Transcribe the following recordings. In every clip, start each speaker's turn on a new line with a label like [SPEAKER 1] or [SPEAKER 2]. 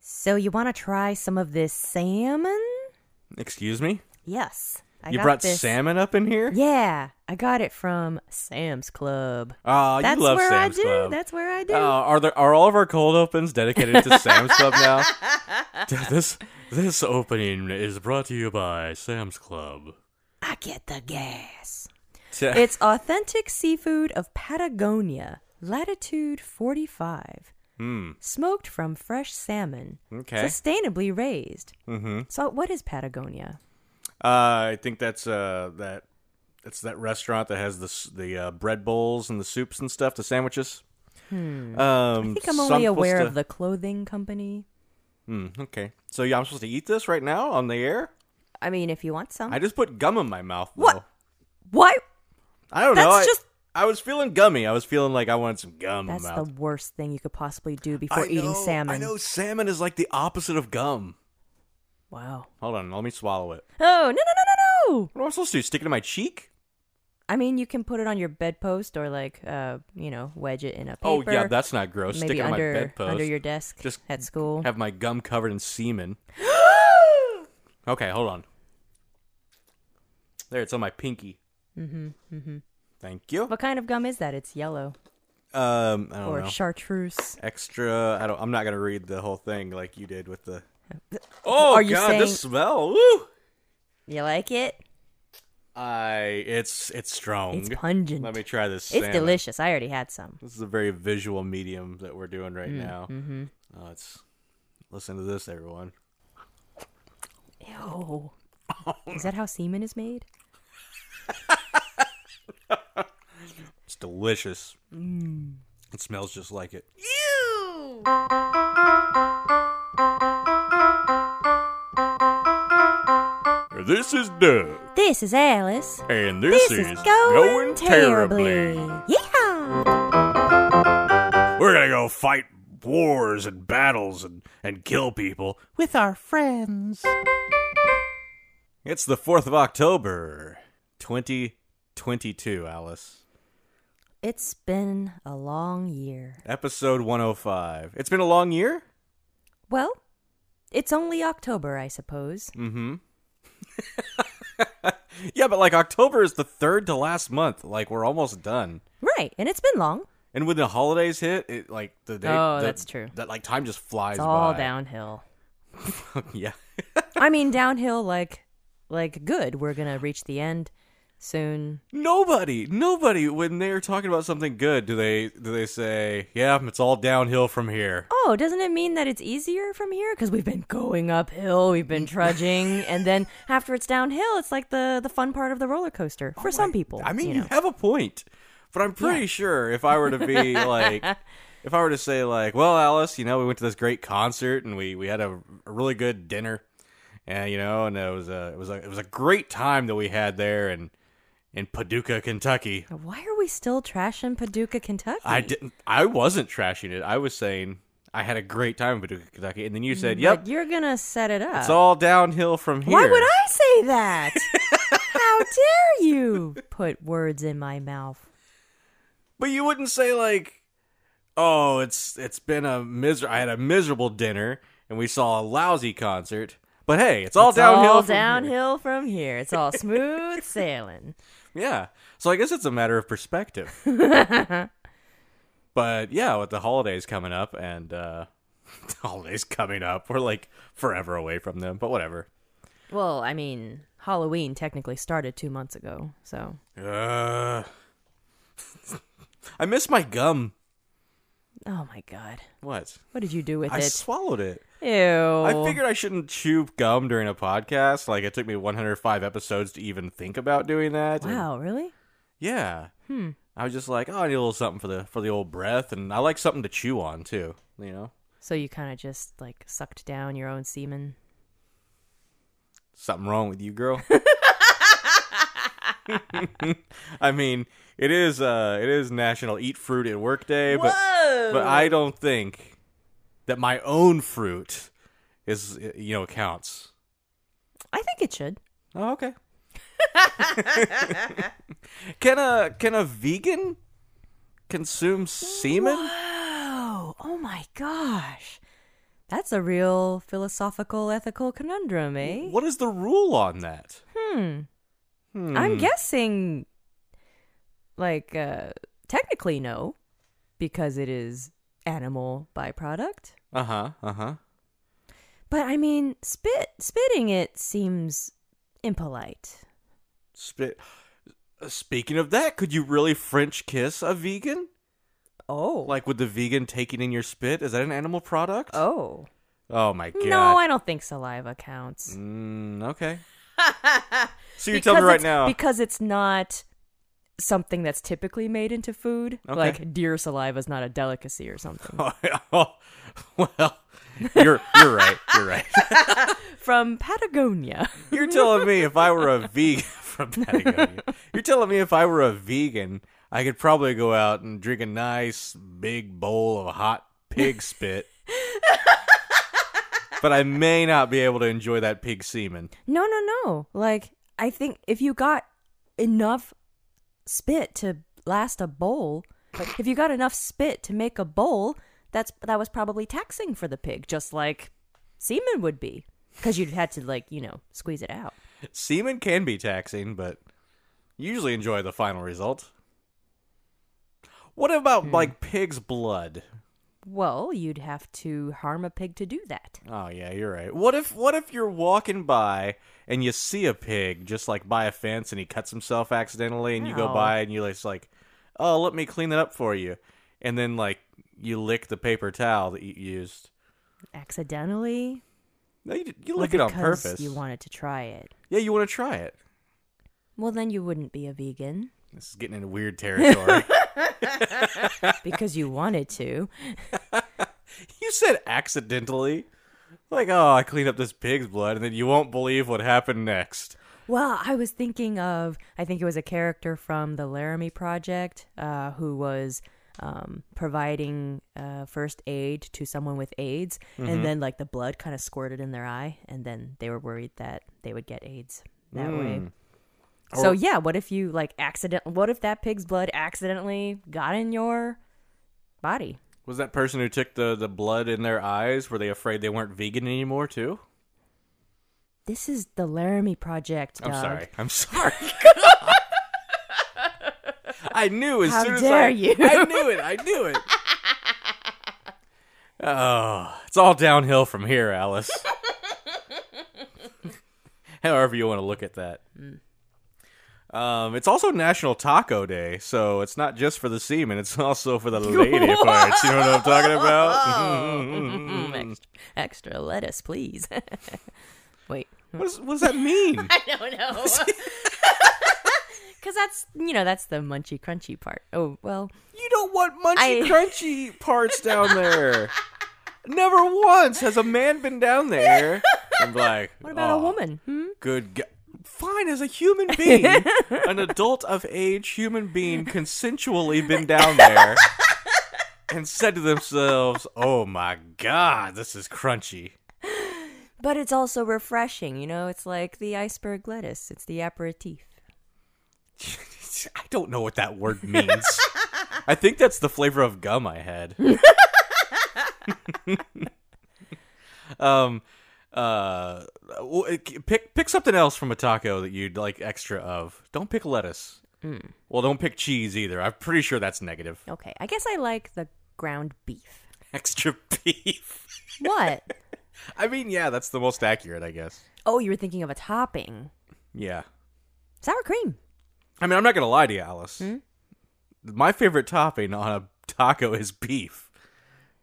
[SPEAKER 1] So you want to try some of this salmon?
[SPEAKER 2] Excuse me?
[SPEAKER 1] Yes. I
[SPEAKER 2] you
[SPEAKER 1] got
[SPEAKER 2] brought
[SPEAKER 1] this.
[SPEAKER 2] salmon up in here?
[SPEAKER 1] Yeah, I got it from Sam's Club.
[SPEAKER 2] Oh,
[SPEAKER 1] That's
[SPEAKER 2] you love
[SPEAKER 1] where
[SPEAKER 2] Sam's
[SPEAKER 1] I do.
[SPEAKER 2] Club.
[SPEAKER 1] That's where I do.
[SPEAKER 2] Oh, are there are all of our cold opens dedicated to Sam's Club now? Dude, this this opening is brought to you by Sam's Club.
[SPEAKER 1] I get the gas.
[SPEAKER 2] T-
[SPEAKER 1] It's authentic seafood of Patagonia, latitude 45.
[SPEAKER 2] Hmm.
[SPEAKER 1] Smoked from fresh salmon.
[SPEAKER 2] Okay.
[SPEAKER 1] Sustainably raised.
[SPEAKER 2] Mm-hmm.
[SPEAKER 1] So, what is Patagonia?
[SPEAKER 2] Uh, I think that's uh that it's that restaurant that has the s- the uh, bread bowls and the soups and stuff, the sandwiches. Hmm. Um,
[SPEAKER 1] I think I'm only aware of the clothing company.
[SPEAKER 2] Hmm, okay, so yeah, I'm supposed to eat this right now on the air.
[SPEAKER 1] I mean, if you want some.
[SPEAKER 2] I just put gum in my mouth.
[SPEAKER 1] Um, What?
[SPEAKER 2] though.
[SPEAKER 1] what?
[SPEAKER 2] I don't know.
[SPEAKER 1] That's
[SPEAKER 2] I,
[SPEAKER 1] just-
[SPEAKER 2] I was feeling gummy. I was feeling like I wanted some gum
[SPEAKER 1] That's
[SPEAKER 2] in my
[SPEAKER 1] the
[SPEAKER 2] mouth.
[SPEAKER 1] worst thing you could possibly do before
[SPEAKER 2] I
[SPEAKER 1] eating
[SPEAKER 2] know,
[SPEAKER 1] salmon.
[SPEAKER 2] I know salmon is like the opposite of gum.
[SPEAKER 1] Wow.
[SPEAKER 2] Hold on, let me swallow it.
[SPEAKER 1] Oh, no, no, no, no, no.
[SPEAKER 2] What am I supposed to do? Stick it in my cheek?
[SPEAKER 1] I mean, you can put it on your bedpost or like, uh, you know, wedge it in a paper.
[SPEAKER 2] Oh yeah, that's not gross.
[SPEAKER 1] maybe
[SPEAKER 2] Stick it on my
[SPEAKER 1] under
[SPEAKER 2] bedpost.
[SPEAKER 1] under your desk
[SPEAKER 2] Just
[SPEAKER 1] at school.
[SPEAKER 2] Have my gum covered in semen. Okay, hold on. There, it's on my pinky. Mm-hmm. Mm-hmm. Thank you.
[SPEAKER 1] what kind of gum is that? It's yellow
[SPEAKER 2] Um, I don't
[SPEAKER 1] or
[SPEAKER 2] know.
[SPEAKER 1] chartreuse.
[SPEAKER 2] Extra. I don't. I'm not gonna read the whole thing like you did with the. Oh
[SPEAKER 1] Uh, Are you
[SPEAKER 2] God,
[SPEAKER 1] saying-
[SPEAKER 2] this smell. Woo!
[SPEAKER 1] You like it?
[SPEAKER 2] I. It's it's strong.
[SPEAKER 1] It's pungent.
[SPEAKER 2] Let me try this.
[SPEAKER 1] it's
[SPEAKER 2] salmon.
[SPEAKER 1] delicious. I already had some.
[SPEAKER 2] This is a very visual medium that we're doing right now. Mm-hmm. Oh, it's. Listen to this, everyone.
[SPEAKER 1] Ew. Is that how semen is made?
[SPEAKER 2] It's delicious. Mm. It smells just like it. Ew! This is Doug,
[SPEAKER 1] This is Alice.
[SPEAKER 2] and this,
[SPEAKER 1] Yeah.
[SPEAKER 2] We're gonna go fight wars and battles and, and kill people with our friends. It's the 4th of October, 2022, Alice.
[SPEAKER 1] It's been a long year.
[SPEAKER 2] Episode 105. It's been a long year?
[SPEAKER 1] Well, it's only October, I suppose.
[SPEAKER 2] Mm. Mm-hmm. Yeah, but like October is the third to last month. Like we're almost done.
[SPEAKER 1] Right, and it's been long.
[SPEAKER 2] And when the holidays hit, it like the day.
[SPEAKER 1] Oh,
[SPEAKER 2] the-
[SPEAKER 1] that's true.
[SPEAKER 2] That like time just flies
[SPEAKER 1] It's all
[SPEAKER 2] by.
[SPEAKER 1] downhill.
[SPEAKER 2] yeah.
[SPEAKER 1] I mean, downhill like like good. We're gonna reach the end soon.
[SPEAKER 2] Nobody, nobody. When they're talking about something good, do they do they say, "Yeah, it's all downhill from here"?
[SPEAKER 1] Oh, doesn't it mean that it's easier from here? Because we've been going uphill, we've
[SPEAKER 2] Mm.
[SPEAKER 1] been trudging, and then after it's downhill, it's like the the fun part of the roller coaster for some people.
[SPEAKER 2] Oh I mean, you,
[SPEAKER 1] you know.
[SPEAKER 2] have a point, but I'm pretty sure if I were to be like, if I were to say like, well, Alice, you know, we went to this great concert and we we had a, a really good dinner, and you know, and it was a it was a it was a great time that we had there in in Paducah, Kentucky.
[SPEAKER 1] why are we still trashing Paducah, Kentucky?
[SPEAKER 2] I didn't, I wasn't trashing it. I was saying I had a great time in Paducah, Kentucky, and then you said,
[SPEAKER 1] But
[SPEAKER 2] yep,
[SPEAKER 1] you're gonna set it up.
[SPEAKER 2] it's all downhill from here.
[SPEAKER 1] why would I say that? How dare you put words in my mouth?
[SPEAKER 2] But you wouldn't say like, "Oh, it's it's been a miser. I had a miserable dinner and we saw a lousy concert." But hey, it's all
[SPEAKER 1] It's
[SPEAKER 2] downhill.
[SPEAKER 1] all
[SPEAKER 2] from here.
[SPEAKER 1] downhill from here. It's all smooth sailing.
[SPEAKER 2] Yeah. So I guess it's a matter of perspective. but yeah, with the holidays coming up and uh the holidays coming up, we're like forever away from them. But whatever.
[SPEAKER 1] Well, I mean, Halloween technically started two months ago, so
[SPEAKER 2] Uh, I miss my gum.
[SPEAKER 1] oh my god,
[SPEAKER 2] What?
[SPEAKER 1] what did you do with
[SPEAKER 2] I
[SPEAKER 1] it?
[SPEAKER 2] swallowed it.
[SPEAKER 1] Ew.
[SPEAKER 2] I figured I shouldn't chew gum during a podcast. Like it took me 105 episodes to even think about doing that. And-
[SPEAKER 1] Wow, really?
[SPEAKER 2] yeah. Hmm. I was just like, oh, I need a little something for the for the old breath, and I like something to chew on too. You know,
[SPEAKER 1] So you kind of just like sucked down your own semen?
[SPEAKER 2] something wrong with you, girl. I mean, it is uh, it is National Eat Fruit at Work Day, but but I don't think that my own fruit is you know counts.
[SPEAKER 1] I think it should.
[SPEAKER 2] Oh, okay. can a can a vegan consume semen?
[SPEAKER 1] Wow! Oh my oh gosh, That's a real philosophical, ethical conundrum, eh?
[SPEAKER 2] What is the rule on that? Hmm.
[SPEAKER 1] I'm guessing, like, uh, technically no, because it is animal byproduct.
[SPEAKER 2] Uh huh. Uh huh.
[SPEAKER 1] But I mean, spit spitting it seems impolite.
[SPEAKER 2] Spit. uh, Speaking of that, could you really French kiss a vegan?
[SPEAKER 1] Oh,
[SPEAKER 2] Like, with the vegan taking in your spit? Is that an animal product?
[SPEAKER 1] oh,
[SPEAKER 2] Oh my god.
[SPEAKER 1] no, I don't think saliva counts.
[SPEAKER 2] Mm, okay. so you're
[SPEAKER 1] Because
[SPEAKER 2] telling me right
[SPEAKER 1] it's-
[SPEAKER 2] now.
[SPEAKER 1] because it's not something that's typically made into food.
[SPEAKER 2] Okay.
[SPEAKER 1] Like deer saliva is not a delicacy or something.
[SPEAKER 2] well, you're you're right. You're right.
[SPEAKER 1] From Patagonia.
[SPEAKER 2] You're telling me if I were a vegan from Patagonia, you're telling me if I were a vegan, I could probably go out and drink a nice big bowl of hot pig spit. but I may not be able to enjoy that pig semen.
[SPEAKER 1] No, no, no. Like I think if you got enough spit to last a bowl, like if you got enough spit to make a bowl, that's that was probably taxing for the pig, just like semen would be, because you'd had to like you know squeeze it out.
[SPEAKER 2] Semen can be taxing, but usually enjoy the final result. What about like pig's blood?
[SPEAKER 1] Well, you'd have to harm a pig to do that.
[SPEAKER 2] Oh yeah, you're right. What if what if you're walking by and you see a pig just like by a fence and he cuts himself accidentally and you go
[SPEAKER 1] Ow.
[SPEAKER 2] by and you're just like, "Oh, let me clean it up for you." And then like you lick the paper towel that you used.
[SPEAKER 1] Accidentally,
[SPEAKER 2] No, you, you
[SPEAKER 1] or
[SPEAKER 2] lick it on
[SPEAKER 1] because
[SPEAKER 2] purpose.
[SPEAKER 1] You wanted to try it.
[SPEAKER 2] yeah, you want to try it.
[SPEAKER 1] Well, then you wouldn't be a vegan
[SPEAKER 2] This is getting into weird territory.
[SPEAKER 1] because you wanted to.
[SPEAKER 2] you said accidentally. Like, "Oh, I cleaned up this pig's blood," and then you won't believe what happened next.
[SPEAKER 1] Well, I was thinking of I think it was a character from the Laramie Project uh, who was um, providing uh, first aid to someone with AIDS,
[SPEAKER 2] Mm-hmm.
[SPEAKER 1] and then like the blood kind of squirted in their eye, and then they were worried that they would get AIDS that way. So
[SPEAKER 2] Mm. Or-
[SPEAKER 1] yeah, what if you like accident? What if that pig's blood accidentally got in your body?
[SPEAKER 2] Was that person who took the, the blood in their eyes, were they afraid they weren't vegan anymore too?
[SPEAKER 1] This is the Laramie Project.
[SPEAKER 2] I'm
[SPEAKER 1] Doug.
[SPEAKER 2] sorry. I'm sorry. I knew as
[SPEAKER 1] How
[SPEAKER 2] soon as I,
[SPEAKER 1] dare you.
[SPEAKER 2] I knew it. I knew it. oh, it's all downhill from here, Alice. However you want to look at that.
[SPEAKER 1] Mm.
[SPEAKER 2] Um, it's also National Taco Day, so it's not just for the semen; it's also for the lady parts. You know what I'm talking Mm-hmm. about?
[SPEAKER 1] Mm, extra, extra lettuce, please. Wait.
[SPEAKER 2] what, is, what does that mean?
[SPEAKER 1] I don't know. Because that's, you know, that's the munchy crunchy part. Oh, well,
[SPEAKER 2] You don't want munchy
[SPEAKER 1] I-
[SPEAKER 2] crunchy parts down there. Never once has a man been down there and be like, oh,
[SPEAKER 1] what about a woman? Hmm?
[SPEAKER 2] Good, go- fine as a human being, an adult of age human being, consensually been down there and said to themselves, "Oh my god, this is crunchy."
[SPEAKER 1] But it's also refreshing, you know? It's like the iceberg lettuce, it's the aperitif.
[SPEAKER 2] I don't know what that word means. I think that's the flavor of gum I had. um, uh, w- pick pick something else from a taco that you'd like extra of. Don't pick lettuce. Well, don't pick cheese either. I'm pretty sure that's negative.
[SPEAKER 1] Okay, I guess I like the ground beef.
[SPEAKER 2] Extra beef.
[SPEAKER 1] What?
[SPEAKER 2] I mean, yeah, that's the most accurate, I guess.
[SPEAKER 1] oh, you were thinking of a topping.
[SPEAKER 2] Yeah.
[SPEAKER 1] Sour cream.
[SPEAKER 2] I mean, I'm not gonna lie to you, Alice. My favorite topping on a taco is beef.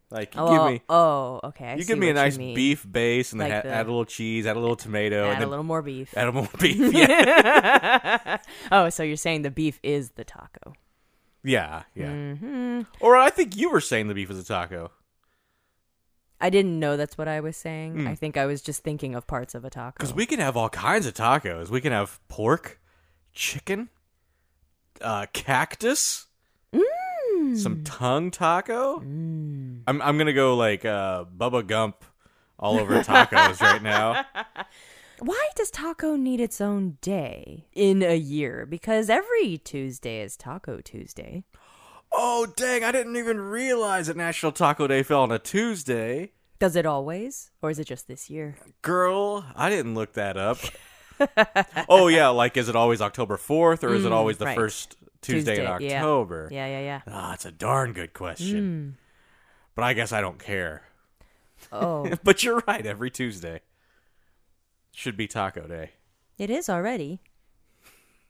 [SPEAKER 2] Like, you
[SPEAKER 1] Oh,
[SPEAKER 2] give me.
[SPEAKER 1] oh, okay. I
[SPEAKER 2] you
[SPEAKER 1] see
[SPEAKER 2] give me a
[SPEAKER 1] what you
[SPEAKER 2] nice
[SPEAKER 1] mean.
[SPEAKER 2] beef base and then
[SPEAKER 1] Like
[SPEAKER 2] add,
[SPEAKER 1] the-
[SPEAKER 2] add a little cheese, add a little tomato,
[SPEAKER 1] Add
[SPEAKER 2] and then
[SPEAKER 1] a little more beef.
[SPEAKER 2] add a little beef. Yeah,
[SPEAKER 1] Oh, so you're saying the beef is the taco.
[SPEAKER 2] yeah, yeah.
[SPEAKER 1] Mm-hmm.
[SPEAKER 2] Or I think you were saying the beef is a taco.
[SPEAKER 1] I didn't know that's what I was saying.
[SPEAKER 2] Hmm.
[SPEAKER 1] I think I was just thinking of parts of a taco.
[SPEAKER 2] Because we can have all kinds of tacos. We can have pork, chicken, uh, cactus,
[SPEAKER 1] Mm.
[SPEAKER 2] some tongue taco. I'm I'm gonna go like uh, Bubba Gump all over tacos right now.
[SPEAKER 1] Why does taco need its own day in a year? Because every Tuesday is Taco Tuesday.
[SPEAKER 2] Oh dang! I didn't even realize that National Taco Day fell on a Tuesday.
[SPEAKER 1] Does it always, or is it just this year?
[SPEAKER 2] Girl, I didn't look that up. oh yeah, like is it always October fourth or is it always the
[SPEAKER 1] Mm, right.
[SPEAKER 2] first Tuesday, in
[SPEAKER 1] Tuesday, yeah.
[SPEAKER 2] October?
[SPEAKER 1] Yeah, Mm. yeah, yeah.
[SPEAKER 2] Ah, it's a darn good question. But I guess I don't care.
[SPEAKER 1] Oh,
[SPEAKER 2] But you're right, every Tuesday should be taco day.
[SPEAKER 1] it is already.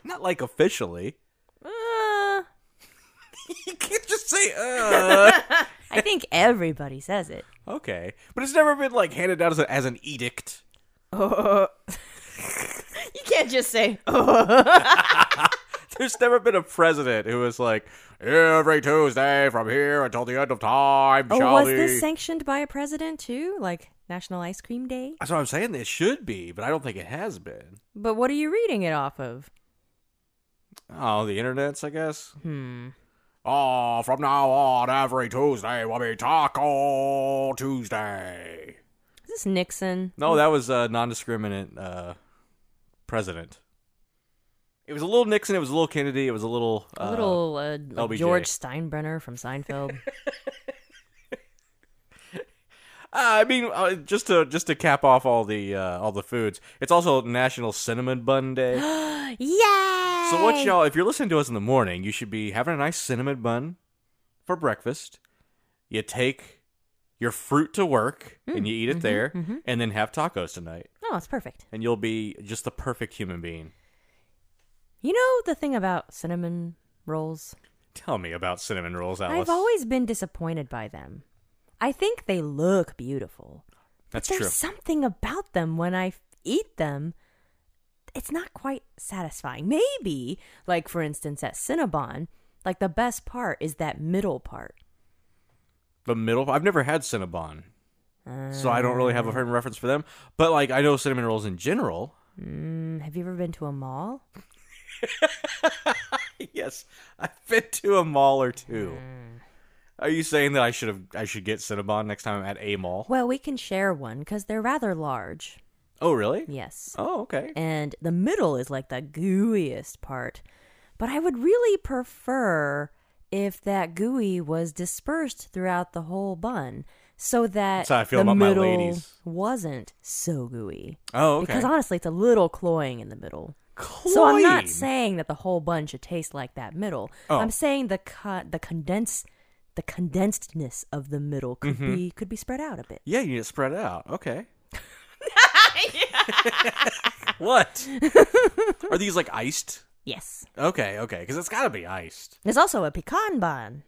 [SPEAKER 2] Not like officially.
[SPEAKER 1] Uh,
[SPEAKER 2] You can't just say uh
[SPEAKER 1] I think everybody says it.
[SPEAKER 2] Okay. But it's never been like handed down as, a, as an edict.
[SPEAKER 1] Oh. you can't just say. Oh,
[SPEAKER 2] There's never been a president who was like, every Tuesday from here until the end of time
[SPEAKER 1] Oh,
[SPEAKER 2] shall
[SPEAKER 1] was
[SPEAKER 2] be.
[SPEAKER 1] this sanctioned by a president too? Like National Ice Cream Day?
[SPEAKER 2] That's what I'm saying. It should be, but I don't think it has been.
[SPEAKER 1] But what are you reading it off of?
[SPEAKER 2] Oh, the internets, I guess.
[SPEAKER 1] Hmm.
[SPEAKER 2] Oh, from now on, every Tuesday will be Taco Tuesday.
[SPEAKER 1] Is this Nixon?
[SPEAKER 2] No, that was a non-discriminant uh, president. It was a little Nixon. It was a little Kennedy. It was a little.
[SPEAKER 1] A
[SPEAKER 2] uh,
[SPEAKER 1] little uh, like
[SPEAKER 2] LBJ.
[SPEAKER 1] George Steinbrenner from Seinfeld.
[SPEAKER 2] I mean, uh, just to just to cap off all the uh, all the foods, it's also National Cinnamon Bun Day.
[SPEAKER 1] yeah.
[SPEAKER 2] So what y'all, if you're listening to us in the morning, you should be having a nice cinnamon bun for breakfast. You take your fruit to work
[SPEAKER 1] Mm,
[SPEAKER 2] and you eat
[SPEAKER 1] mm-hmm,
[SPEAKER 2] it there and then have tacos tonight
[SPEAKER 1] Oh, it's perfect.
[SPEAKER 2] and you'll be just the perfect human being.
[SPEAKER 1] You know the thing about cinnamon rolls?
[SPEAKER 2] Tell me about cinnamon rolls, Alice.
[SPEAKER 1] I've always been disappointed by them. I think they look beautiful.
[SPEAKER 2] That's
[SPEAKER 1] There's
[SPEAKER 2] true.
[SPEAKER 1] something about them when I f- eat them. It's not quite satisfying. Maybe, like for instance at Cinnabon, like the best part is that middle part.
[SPEAKER 2] The middle I've never had Cinnabon.
[SPEAKER 1] Um,
[SPEAKER 2] So I don't really have a frame of reference for them, but like I know cinnamon rolls in general.
[SPEAKER 1] Mm, have you ever been to a mall?
[SPEAKER 2] yes, I've been to a mall or two.
[SPEAKER 1] Mm.
[SPEAKER 2] Are you saying that I should have I should get Cinnabon next time I'm at a mall?
[SPEAKER 1] Well, we can share one because they're rather large.
[SPEAKER 2] Oh, really?
[SPEAKER 1] Yes.
[SPEAKER 2] Oh, okay.
[SPEAKER 1] and the middle is like the gooeyest part. But I would really prefer if that gooey was dispersed throughout the whole bun so that
[SPEAKER 2] That's how I feel
[SPEAKER 1] the
[SPEAKER 2] about my
[SPEAKER 1] middle
[SPEAKER 2] ladies.
[SPEAKER 1] wasn't so gooey.
[SPEAKER 2] Oh, okay.
[SPEAKER 1] Because honestly, it's a little cloying in the middle. So I'm not saying that the whole bun should taste like that middle.
[SPEAKER 2] Oh.
[SPEAKER 1] I'm saying the co- the condensed the condensedness of the middle could
[SPEAKER 2] Mm-hmm.
[SPEAKER 1] be could be spread out a bit.
[SPEAKER 2] Yeah, you need to spread it out. Okay. what? Are these like iced?
[SPEAKER 1] Yes.
[SPEAKER 2] Okay, okay, because it's got to be iced.
[SPEAKER 1] There's also a pecan bun.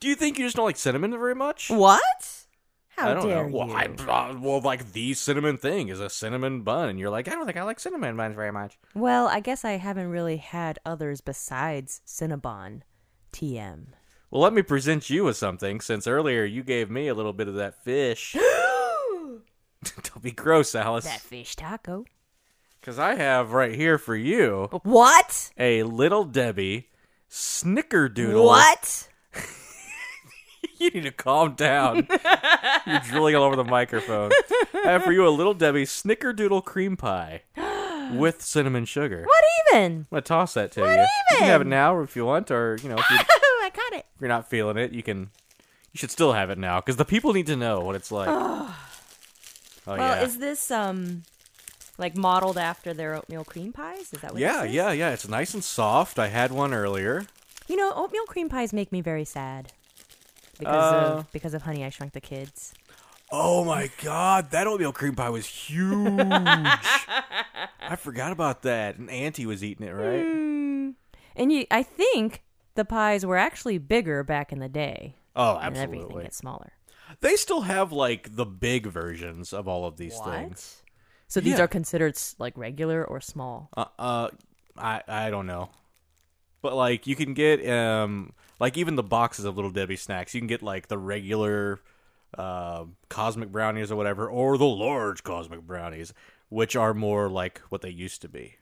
[SPEAKER 2] Do you think you just don't like cinnamon very much?
[SPEAKER 1] What? How
[SPEAKER 2] I don't
[SPEAKER 1] dare
[SPEAKER 2] know.
[SPEAKER 1] you?
[SPEAKER 2] Well, I, uh, well, like the cinnamon thing is a cinnamon bun, and you're like, I don't think I like cinnamon buns very much.
[SPEAKER 1] Well, I guess I haven't really had others besides Cinnabon TM.
[SPEAKER 2] Well, let me present you with something since earlier you gave me a little bit of that fish. don't be gross,
[SPEAKER 1] That
[SPEAKER 2] Alice.
[SPEAKER 1] fish taco.
[SPEAKER 2] Because I have right here for you
[SPEAKER 1] Oh. What?
[SPEAKER 2] a little Debbie snickerdoodle.
[SPEAKER 1] What?
[SPEAKER 2] You need to calm down. You're drooling all over the microphone. I have for you a little Debbie snickerdoodle cream pie with cinnamon sugar.
[SPEAKER 1] What even?
[SPEAKER 2] I'm gonna toss that to you. You can have it now if you want, or you know, if, you, if
[SPEAKER 1] Oh, I got it.
[SPEAKER 2] you're not feeling it, you can. You should still have it now because the people need to know what it's like. oh
[SPEAKER 1] Well,
[SPEAKER 2] yeah.
[SPEAKER 1] is this um like modeled after their oatmeal cream pies? Is that what
[SPEAKER 2] yeah,
[SPEAKER 1] this is?
[SPEAKER 2] yeah, yeah. It's nice and soft. I had one earlier.
[SPEAKER 1] You know, oatmeal cream pies make me very sad. Because
[SPEAKER 2] Uh.
[SPEAKER 1] of because of Honey I Shrunk the Kids.
[SPEAKER 2] Oh my god, that oatmeal cream pie was huge. I forgot about that. And Auntie was eating it, right?
[SPEAKER 1] Mm. And you I think the pies were actually bigger back in the day.
[SPEAKER 2] Oh,
[SPEAKER 1] And everything
[SPEAKER 2] absolutely.
[SPEAKER 1] gets smaller.
[SPEAKER 2] They still have like the big versions of all of these things.
[SPEAKER 1] So these
[SPEAKER 2] Yeah.
[SPEAKER 1] are considered s- like regular or small.
[SPEAKER 2] Uh, uh, I I don't know, but like you can get um like even the boxes of Little Debbie snacks, you can get like the regular uh cosmic brownies or whatever, or the large cosmic brownies, which are more like what they used to be.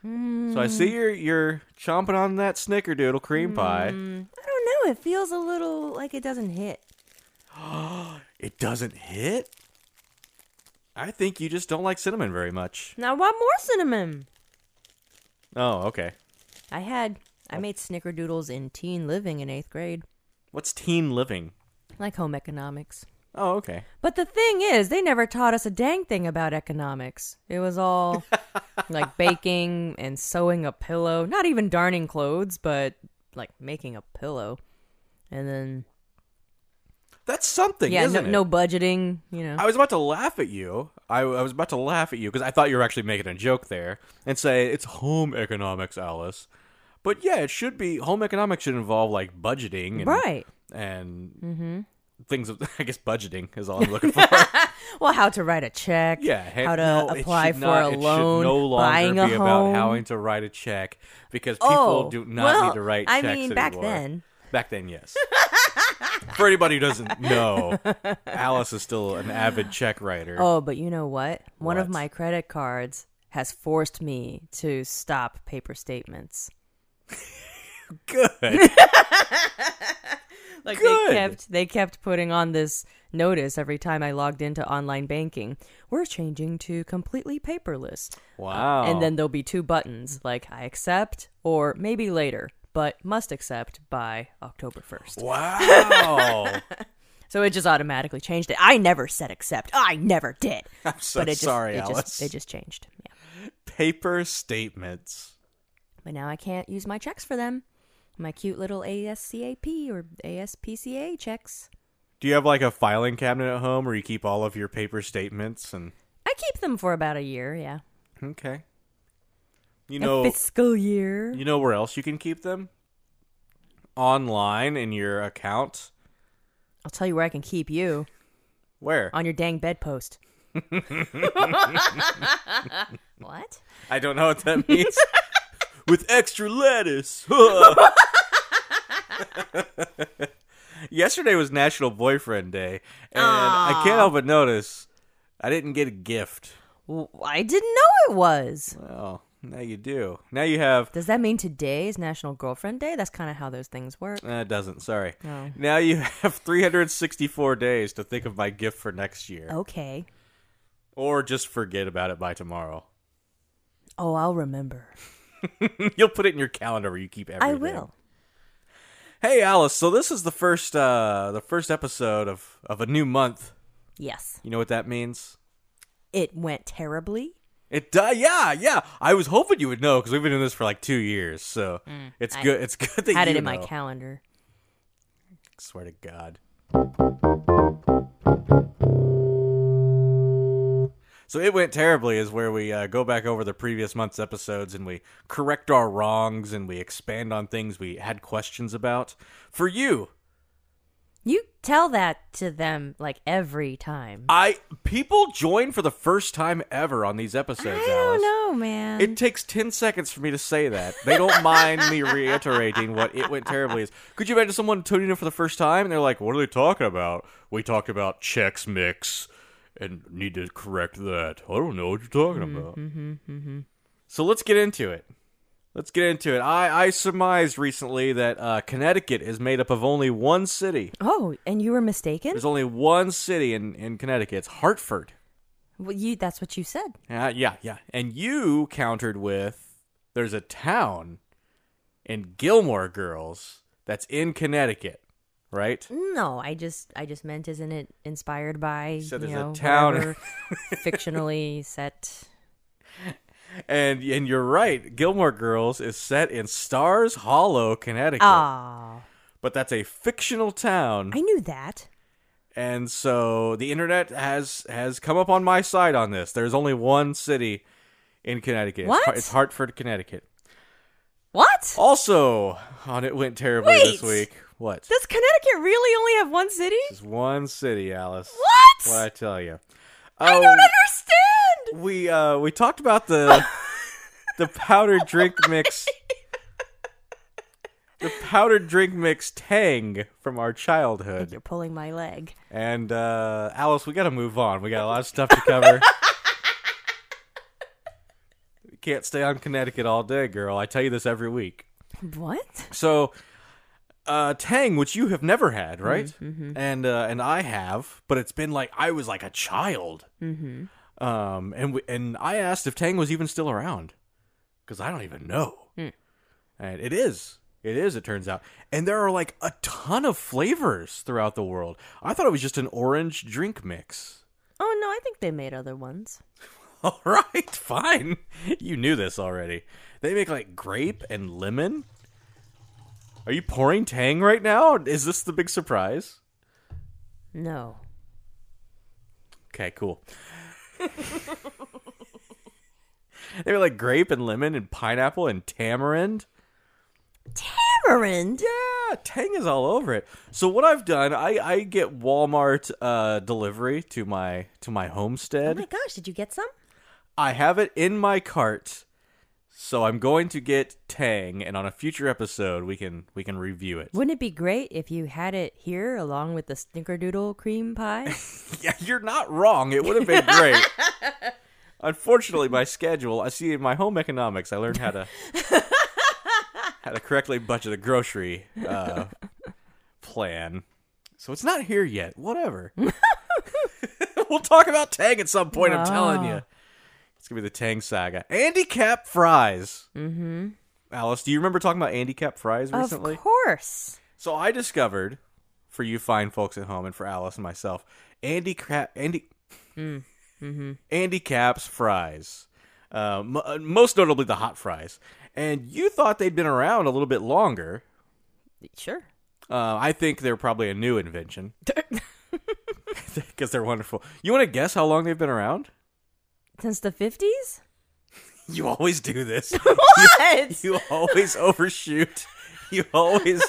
[SPEAKER 1] Hmm.
[SPEAKER 2] So I see you're you're chomping on that Snickerdoodle cream
[SPEAKER 1] Hmm.
[SPEAKER 2] pie.
[SPEAKER 1] I don't know. It feels a little like it doesn't hit.
[SPEAKER 2] It doesn't hit. I think you just don't like cinnamon very much.
[SPEAKER 1] Now I want more cinnamon.
[SPEAKER 2] Oh, okay.
[SPEAKER 1] I had I made snickerdoodles in teen living in eighth grade,
[SPEAKER 2] What's teen living?
[SPEAKER 1] like home economics.
[SPEAKER 2] Oh, okay.
[SPEAKER 1] But the thing is, they never taught us a dang thing about economics. It was all like baking and sewing a pillow, not even darning clothes, but like making a pillow. And then,
[SPEAKER 2] That's something,
[SPEAKER 1] yeah, no,
[SPEAKER 2] isn't it?
[SPEAKER 1] no budgeting, you know.
[SPEAKER 2] I was about to laugh at you. I, I was about to laugh at you because I thought you were actually making a joke there and say it's home economics, Alice. But yeah, it should be home economics should involve like budgeting, and,
[SPEAKER 1] right. Mm-hmm.
[SPEAKER 2] And things. of- I guess budgeting is all I'm looking for.
[SPEAKER 1] Well, how to write a check.
[SPEAKER 2] yeah, hey,
[SPEAKER 1] How to
[SPEAKER 2] no, it
[SPEAKER 1] apply
[SPEAKER 2] should
[SPEAKER 1] for
[SPEAKER 2] not-
[SPEAKER 1] a
[SPEAKER 2] it should
[SPEAKER 1] loan.
[SPEAKER 2] no longer
[SPEAKER 1] buying a
[SPEAKER 2] be
[SPEAKER 1] home.
[SPEAKER 2] about having to write a check because people
[SPEAKER 1] oh,
[SPEAKER 2] do not
[SPEAKER 1] well,
[SPEAKER 2] need to write.
[SPEAKER 1] I
[SPEAKER 2] checks
[SPEAKER 1] mean, back
[SPEAKER 2] anymore.
[SPEAKER 1] then.
[SPEAKER 2] Back then, yes. For anybody who doesn't know, Alice is still an avid check writer.
[SPEAKER 1] Oh, but you know what? One of
[SPEAKER 2] What?
[SPEAKER 1] my credit cards has forced me to stop paper statements.
[SPEAKER 2] Good.
[SPEAKER 1] Like
[SPEAKER 2] Good.
[SPEAKER 1] they kept they kept putting on this notice every time I logged into online banking. We're changing to completely paperless.
[SPEAKER 2] Wow.
[SPEAKER 1] And then there'll be two buttons like I accept or maybe later, but must accept by October 1st.
[SPEAKER 2] Wow.
[SPEAKER 1] So it just automatically changed it. I never said accept. I never did.
[SPEAKER 2] I'm so
[SPEAKER 1] but it just,
[SPEAKER 2] sorry,
[SPEAKER 1] it
[SPEAKER 2] Alice.
[SPEAKER 1] Just, it just changed. Yeah.
[SPEAKER 2] Paper statements.
[SPEAKER 1] But now I can't use my checks for them. My cute little ASCAP or ASPCA checks.
[SPEAKER 2] Do you have like a filing cabinet at home where you keep all of your paper statements and
[SPEAKER 1] I keep them for about a year, yeah.
[SPEAKER 2] okay. You
[SPEAKER 1] a
[SPEAKER 2] know
[SPEAKER 1] fiscal year.
[SPEAKER 2] you know where else you can keep them? Online in your account.
[SPEAKER 1] I'll tell you where I can keep you
[SPEAKER 2] Where?
[SPEAKER 1] on your dang bedpost. what?
[SPEAKER 2] I don't know what that means. With extra lettuce. Huh. Yesterday was National Boyfriend Day, and I can't help but notice I didn't get a gift.
[SPEAKER 1] W- I didn't know it was.
[SPEAKER 2] Well, now you do. Now you have.
[SPEAKER 1] Does that mean today is National Girlfriend Day? That's kind of how those things work.
[SPEAKER 2] Uh, it doesn't. Sorry. Now you have 364 days to think of my gift for next year,
[SPEAKER 1] Okay.
[SPEAKER 2] or just forget about it by tomorrow.
[SPEAKER 1] Oh, I'll remember.
[SPEAKER 2] You'll put it in your calendar where you keep everything.
[SPEAKER 1] I will.
[SPEAKER 2] Hey, Alice. So this is the first, uh, the first episode of of a new month.
[SPEAKER 1] Yes.
[SPEAKER 2] You know what that means?
[SPEAKER 1] It went terribly.
[SPEAKER 2] It uh, yeah, yeah. I was hoping you would know because we've been doing this for like two years, so it's
[SPEAKER 1] Mm, I
[SPEAKER 2] good. It's good that
[SPEAKER 1] Had
[SPEAKER 2] you
[SPEAKER 1] it in my
[SPEAKER 2] know.
[SPEAKER 1] calendar.
[SPEAKER 2] Swear to God. So it went terribly is where we uh, go back over the previous month's episodes and we correct our wrongs and we expand on things we had questions about. For you,
[SPEAKER 1] You tell that to them like every time.
[SPEAKER 2] I people join for the first time ever on these episodes.
[SPEAKER 1] I don't
[SPEAKER 2] Alice.
[SPEAKER 1] know, man.
[SPEAKER 2] It takes 10 seconds for me to say that. They don't mind me reiterating what it went terribly is. Could you imagine someone tuning in for the first time and they're like, what are they talking about? We talked about checks mix and need to correct that. I don't know what you're talking about. So let's get into it. Let's get into it. I, I surmised recently that uh, Connecticut is made up of only one city.
[SPEAKER 1] oh, and you were mistaken?
[SPEAKER 2] There's only one city in, in Connecticut. It's Hartford.
[SPEAKER 1] Well, you that's what you said.
[SPEAKER 2] Uh, yeah, yeah. And you countered with there's a town in Gilmore Girls that's in Connecticut, right?
[SPEAKER 1] No, I just I just meant isn't it inspired by
[SPEAKER 2] So
[SPEAKER 1] you
[SPEAKER 2] there's a
[SPEAKER 1] know,
[SPEAKER 2] town-
[SPEAKER 1] whatever fictionally set
[SPEAKER 2] And and you're right. Gilmore Girls is set in Stars Hollow, Connecticut.
[SPEAKER 1] Ah,
[SPEAKER 2] But that's a fictional town.
[SPEAKER 1] I knew that.
[SPEAKER 2] And so the internet has has come up on my side on this. There's only one city in Connecticut. It's Har-
[SPEAKER 1] What?
[SPEAKER 2] It's Hartford, Connecticut. Oh.
[SPEAKER 1] What?
[SPEAKER 2] Also, on it went terribly this
[SPEAKER 1] Wait!
[SPEAKER 2] week. What?
[SPEAKER 1] Does Connecticut really only have one city?
[SPEAKER 2] Just one city, Alice.
[SPEAKER 1] What?
[SPEAKER 2] What I tell you.
[SPEAKER 1] I don't understand.
[SPEAKER 2] We uh we talked about the the powdered drink mix. The powdered drink mix Tang from our childhood.
[SPEAKER 1] You're pulling my leg.
[SPEAKER 2] And uh Alice, we got to move on. We got a lot of stuff to cover. we can't stay on Connecticut all day, girl. I tell you this every week.
[SPEAKER 1] What?
[SPEAKER 2] So, uh, Tang, which you have never had, right? And uh, and I have, but it's been like I was like a child. Mm-hmm. Um, and we, and I asked if Tang was even still around because I don't even know. And it is. It is, it turns out. And there are like a ton of flavors throughout the world. I thought it was just an orange drink mix.
[SPEAKER 1] Oh no, I think they made other ones.
[SPEAKER 2] All right, fine. You knew this already. They make like grape and lemon. Are you pouring Tang right now? Is this the big surprise?
[SPEAKER 1] No.
[SPEAKER 2] Okay, cool. they were like grape and lemon and pineapple and tamarind.
[SPEAKER 1] Tamarind.
[SPEAKER 2] Yeah, Tang is all over it. So what I've done, I, I get Walmart uh, delivery to my to my
[SPEAKER 1] Oh
[SPEAKER 2] homestead.
[SPEAKER 1] my gosh, did you get some?
[SPEAKER 2] I have it in my cart, so I'm going to get Tang, and on a future episode we can we can review it.
[SPEAKER 1] Wouldn't it be great if you had it here along with the snickerdoodle cream pie?
[SPEAKER 2] Yeah, you're not wrong. It would have been great. Unfortunately, my schedule. I see in my home economics. I learned how to how to correctly budget a grocery uh, plan. So it's not here yet. Whatever. we'll talk about Tang at some point. I'm telling you, it's gonna be the Tang saga. Andy Cap fries. Mm-hmm. Alice, do you remember talking about Andy Cap fries recently?
[SPEAKER 1] Of course.
[SPEAKER 2] So I discovered, for you fine folks at home, and for Alice and myself, Andy Cap, Andy, Andy Caps fries, uh, m- uh, most notably the hot fries. And you thought they'd been around a little bit longer.
[SPEAKER 1] Sure.
[SPEAKER 2] Uh, I think they're probably a new invention because they're wonderful. You want to guess how long they've been around?
[SPEAKER 1] Since the 50s?
[SPEAKER 2] You always do this.
[SPEAKER 1] What?
[SPEAKER 2] You always overshoot. You always.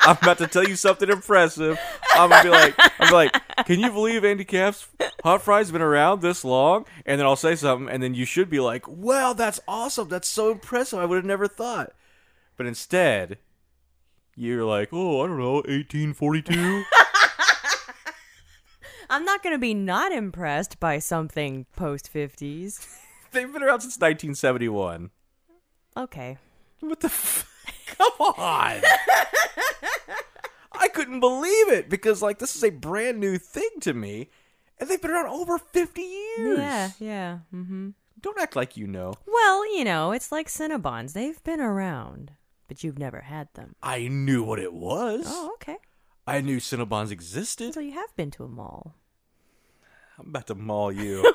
[SPEAKER 2] I'm about to tell you something impressive. I'm gonna be like, I'm like, can you believe Andy Capp's hot fries been around this long? And then I'll say something, and then you should be like, wow, that's awesome. That's so impressive. I would have never thought. But instead, you're like, oh, I don't know, 1842.
[SPEAKER 1] I'm not going to be not impressed by something post 50s.
[SPEAKER 2] They've been around since 1971.
[SPEAKER 1] Okay.
[SPEAKER 2] What the? F- Come on! I couldn't believe it because like this is a brand new thing to me, and they've been around over fifty years.
[SPEAKER 1] Yeah, yeah. hmm
[SPEAKER 2] Don't act like you know.
[SPEAKER 1] Well, you know, it's like Cinnabons. They've been around, but you've never had them.
[SPEAKER 2] I knew what it was.
[SPEAKER 1] Oh, okay.
[SPEAKER 2] I knew Cinnabons existed.
[SPEAKER 1] So you have been to a mall.
[SPEAKER 2] I'm about to maul you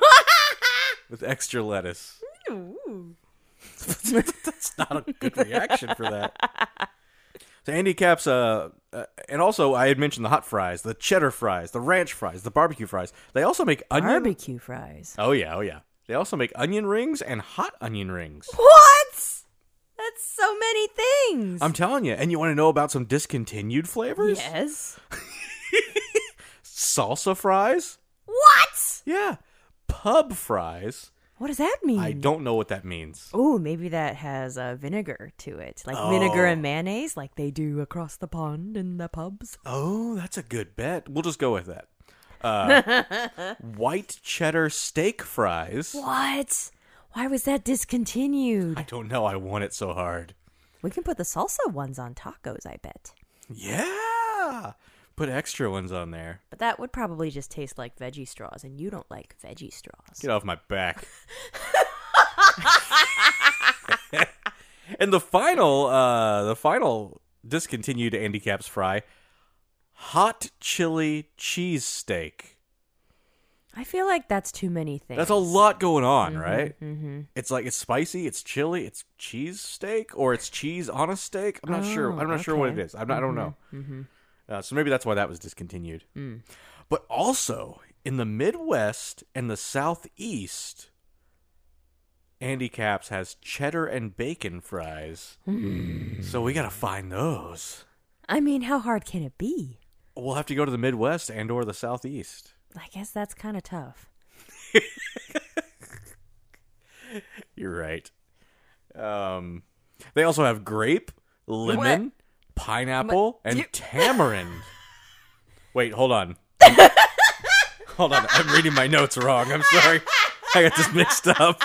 [SPEAKER 2] with extra lettuce. That's not a good reaction for that. So Andy Caps, uh, uh, and also I had mentioned the hot fries, the cheddar fries, the ranch fries, the barbecue fries. They also make onion.
[SPEAKER 1] Barbecue fries.
[SPEAKER 2] Oh yeah, oh yeah. They also make onion rings and hot onion rings.
[SPEAKER 1] What? That's so many things.
[SPEAKER 2] I'm telling you. And you want to know about some discontinued flavors?
[SPEAKER 1] yes.
[SPEAKER 2] Salsa fries?
[SPEAKER 1] What?
[SPEAKER 2] Yeah. Pub fries?
[SPEAKER 1] What does that mean?
[SPEAKER 2] I don't know what that means.
[SPEAKER 1] Oh, maybe that has uh, vinegar to it, like
[SPEAKER 2] Oh.
[SPEAKER 1] vinegar and mayonnaise, like they do across the pond in the pubs.
[SPEAKER 2] Oh, that's a good bet. We'll just go with that. Uh, white cheddar steak fries?
[SPEAKER 1] What? Why was that discontinued?
[SPEAKER 2] I don't know. I want it so hard.
[SPEAKER 1] We can put the salsa ones on tacos, I bet.
[SPEAKER 2] Yeah. Put extra ones on there.
[SPEAKER 1] But that would probably just taste like veggie straws, and you don't like veggie straws.
[SPEAKER 2] Get off my back. and the final uh the final discontinued Andy Caps fry hot chili cheese steak.
[SPEAKER 1] I feel like that's too many things.
[SPEAKER 2] That's a lot going on,
[SPEAKER 1] Mm-hmm.
[SPEAKER 2] right? It's like it's spicy, it's chili, it's cheese steak, or it's cheese on a steak. I'm not sure.
[SPEAKER 1] Oh,
[SPEAKER 2] I'm not sure what it
[SPEAKER 1] okay.
[SPEAKER 2] is. I'm not, I don't know. Uh, so maybe that's why that was discontinued. But also in the Midwest and the Southeast, Andy Caps has cheddar and bacon fries. So we gotta find those.
[SPEAKER 1] Mm-hmm. I mean, how hard can it be?
[SPEAKER 2] We'll have to go to the Midwest and or the Southeast.
[SPEAKER 1] I guess that's kind of tough.
[SPEAKER 2] You're right. Um, they also have grape, lemon, pineapple, and tamarind. Wait, hold on. hold on. I'm reading my notes wrong. I'm sorry. I got this mixed up.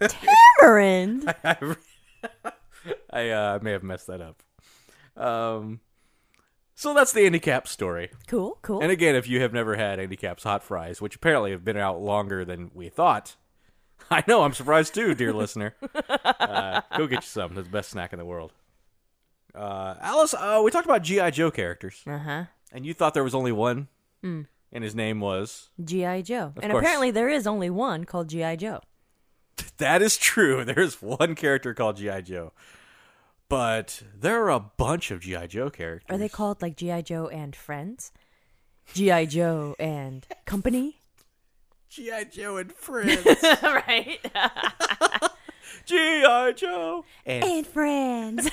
[SPEAKER 1] Tamarind.
[SPEAKER 2] I, re- I uh, may have messed that up. Um, so that's the Andy Cap story.
[SPEAKER 1] Cool, cool.
[SPEAKER 2] And again, if you have never had Andy Cap's hot fries, which apparently have been out longer than we thought, I know I'm surprised too, dear listener. Uh, go get you some. It's the best snack in the world. Uh, Alice, uh, we talked about GI Joe characters,
[SPEAKER 1] Uh huh.
[SPEAKER 2] and you thought there was only one,
[SPEAKER 1] Hmm.
[SPEAKER 2] and his name was.
[SPEAKER 1] G.I. Joe. and
[SPEAKER 2] course.
[SPEAKER 1] apparently there is only one called G.I. Joe.
[SPEAKER 2] That is true. There is one character called GI Joe, but there are a bunch of GI Joe characters.
[SPEAKER 1] Are they called like G.I. Joe and Friends? G.I. Joe and Company?
[SPEAKER 2] GI Joe and friends?
[SPEAKER 1] right.
[SPEAKER 2] GI Joe and
[SPEAKER 1] and Friends.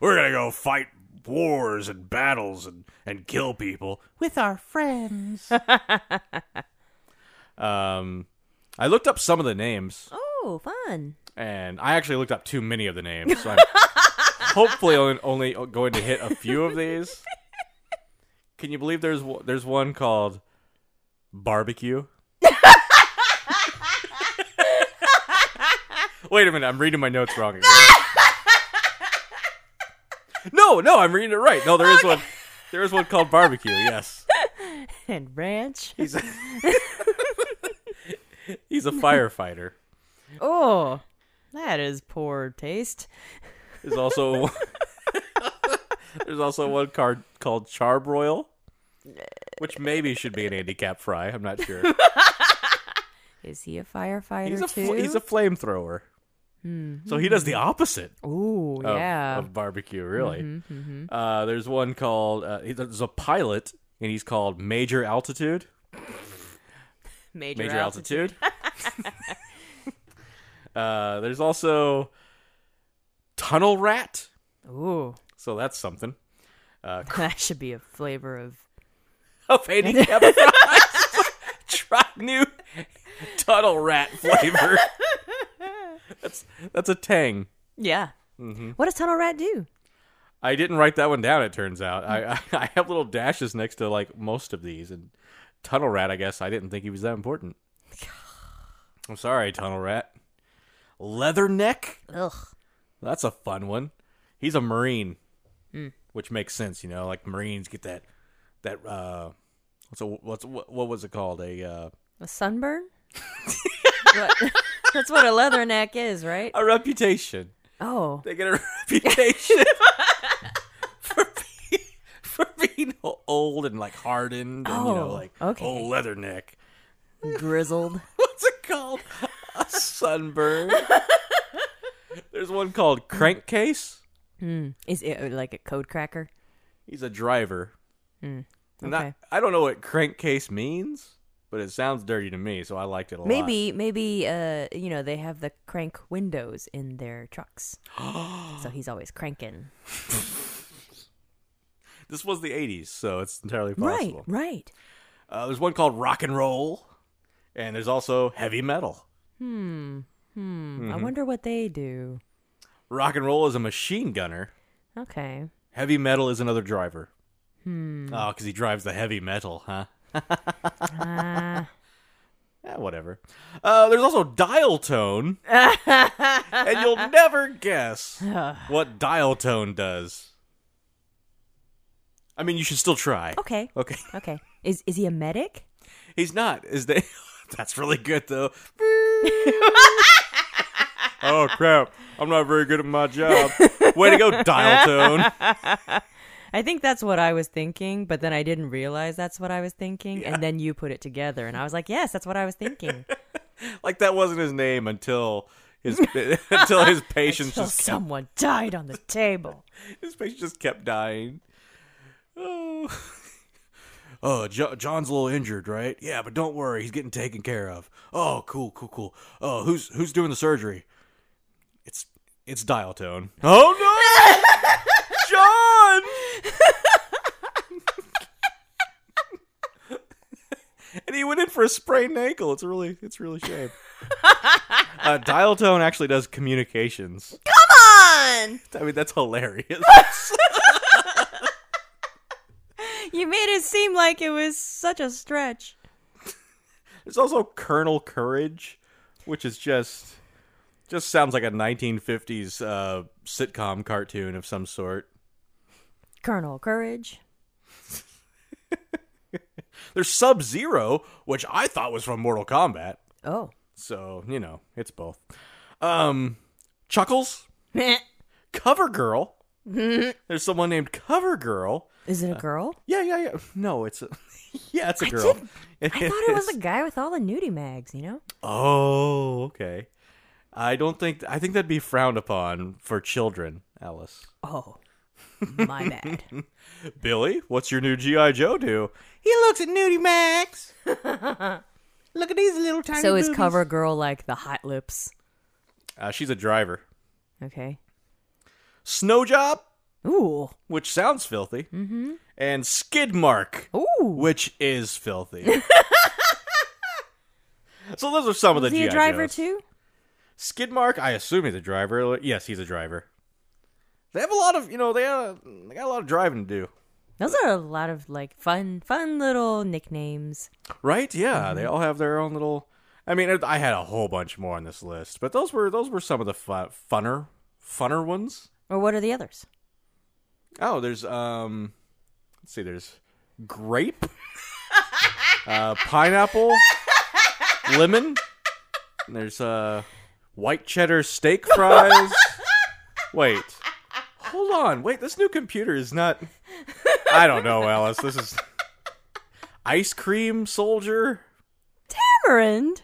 [SPEAKER 2] we're gonna go fight wars and battles and and kill people with our friends. um, I looked up some of the names,
[SPEAKER 1] oh, fun.
[SPEAKER 2] and I actually looked up too many of the names, so I'm hopefully on- only going to hit a few of these. Can you believe there's one- there's one called barbecue? Wait a minute, I'm reading my notes wrong. Again. no, no, I'm reading it right. No, there is one. There is one called barbecue. Yes,
[SPEAKER 1] And Ranch.
[SPEAKER 2] he's a, he's a firefighter.
[SPEAKER 1] Oh, that is poor taste.
[SPEAKER 2] There's also there's also one card called Charbroil, which maybe should be an handicap fry. I'm not sure.
[SPEAKER 1] Is he a firefighter
[SPEAKER 2] He's a
[SPEAKER 1] too?
[SPEAKER 2] fl- he's a flamethrower. So he does the opposite
[SPEAKER 1] Ooh,
[SPEAKER 2] of,
[SPEAKER 1] Hmm. yeah. Mm-hmm,
[SPEAKER 2] Oh, of barbecue. Really, Uh, there's one called uh, he- there's a pilot, and he's called Major Altitude.
[SPEAKER 1] major,
[SPEAKER 2] Major Altitude. uh, there's also Tunnel Rat.
[SPEAKER 1] Ooh,
[SPEAKER 2] So that's something.
[SPEAKER 1] that should be a flavor of.
[SPEAKER 2] of handicap fries. Try new tunnel rat flavor. that's that's a tang.
[SPEAKER 1] Yeah.
[SPEAKER 2] Mm-hmm.
[SPEAKER 1] What does Tunnel Rat do?
[SPEAKER 2] I didn't write that one down. It turns out I I, I have little dashes next to like most of these. And tunnel rat, I guess I didn't think he was that important. I'm sorry, tunnel rat. Leather neck.
[SPEAKER 1] Ugh.
[SPEAKER 2] That's a fun one. He's a marine, which makes sense. You know, like marines get that that uh, what's a, what's what, what was it called? A uh,
[SPEAKER 1] A sunburn? What- That's what a leather neck is, right?
[SPEAKER 2] a reputation.
[SPEAKER 1] Oh.
[SPEAKER 2] They get a reputation for being, for being o- old and like hardened and you know
[SPEAKER 1] Oh,
[SPEAKER 2] like
[SPEAKER 1] okay.
[SPEAKER 2] old leather neck.
[SPEAKER 1] grizzled.
[SPEAKER 2] What's it called? A sunburn. There's one called crankcase.
[SPEAKER 1] Is it uh, like a code cracker?
[SPEAKER 2] He's a driver. And
[SPEAKER 1] Hmm. okay.
[SPEAKER 2] I, I don't know what crankcase means, but it sounds dirty to me, so I liked it a lot.
[SPEAKER 1] Maybe, maybe, uh, you know, they have the crank windows in their trucks, so he's always cranking.
[SPEAKER 2] This was the 80s, so it's entirely possible.
[SPEAKER 1] Right, right.
[SPEAKER 2] Uh, there's one called rock and roll, and there's also heavy metal. Mm-hmm.
[SPEAKER 1] I wonder what they do.
[SPEAKER 2] Rock and roll is a machine gunner.
[SPEAKER 1] Okay.
[SPEAKER 2] Heavy metal is another driver. Hmm. Oh, because he drives the heavy metal, huh?
[SPEAKER 1] Ah.
[SPEAKER 2] Eh, whatever. Uh, there's also dial tone, and you'll never guess what dial tone does. I mean, you should still try.
[SPEAKER 1] okay.
[SPEAKER 2] Okay,
[SPEAKER 1] Okay. Is is he a medic?
[SPEAKER 2] he's not. Is they? That's really good though. oh crap! I'm not very good at my job. Way to go, dial tone.
[SPEAKER 1] I think that's what I was thinking, but then I didn't realize that's what I was thinking, and then you put it together, and I was like, yes, that's what I was thinking.
[SPEAKER 2] Like that wasn't his name until his until his patients
[SPEAKER 1] Till
[SPEAKER 2] just kept,
[SPEAKER 1] someone died on the table.
[SPEAKER 2] his patients just kept dying. Oh, oh, jo- John's a little injured, right? Yeah, but don't worry, he's getting taken care of. Oh, cool, cool, cool. Oh, who's who's doing the surgery? It's it's dial tone. Oh no, John! and he went in for a sprained ankle. It's really it's really shame. uh, dial tone actually does communications.
[SPEAKER 1] Come on!
[SPEAKER 2] I mean, that's hilarious.
[SPEAKER 1] You made it seem like it was such a stretch.
[SPEAKER 2] There's also Colonel Courage, which is just just sounds like a 1950s uh, sitcom cartoon of some sort.
[SPEAKER 1] Colonel Courage.
[SPEAKER 2] There's Sub Zero, which I thought was from Mortal Kombat.
[SPEAKER 1] Oh.
[SPEAKER 2] So you know, it's both. Um, Chuckles.
[SPEAKER 1] Meh.
[SPEAKER 2] Cover Girl. There's someone named Cover Girl.
[SPEAKER 1] Is it a girl?
[SPEAKER 2] Yeah, yeah, yeah. No, it's a yeah, it's a girl.
[SPEAKER 1] didn't- I thought it was a guy with all the nudie mags, you know?
[SPEAKER 2] Oh, okay. I don't think I think that'd be frowned upon for children, Alice.
[SPEAKER 1] Oh, my bad.
[SPEAKER 2] Billy, what's your new GI Joe do? He looks at Nudie Max. Look at these little tiny.
[SPEAKER 1] so is
[SPEAKER 2] boobies.
[SPEAKER 1] cover girl like the hot lips?
[SPEAKER 2] Uh, she's a driver.
[SPEAKER 1] Okay.
[SPEAKER 2] Snow job,
[SPEAKER 1] Ooh.
[SPEAKER 2] which sounds filthy, and skid mark,
[SPEAKER 1] Ooh.
[SPEAKER 2] which is filthy. so those are some of the
[SPEAKER 1] Is he
[SPEAKER 2] GI
[SPEAKER 1] a driver
[SPEAKER 2] Joes.
[SPEAKER 1] too?
[SPEAKER 2] Skidmark, I assume he's a driver. Yes, he's a driver. They have a lot of, you know, they uh, they got a lot of driving to do,
[SPEAKER 1] Those are a lot of like fun, fun little nicknames.
[SPEAKER 2] right? Yeah, they all have their own little. I mean, I had a whole bunch more on this list, but those were those were some of the fun, funner funner ones.
[SPEAKER 1] Or what are the others?
[SPEAKER 2] Oh, there's um, let's see, there's grape, uh, pineapple, lemon. and There's uh, white cheddar steak fries. Wait, hold on. Wait, this new computer is not. I don't know, Alice. This is ice cream soldier.
[SPEAKER 1] Tamarind.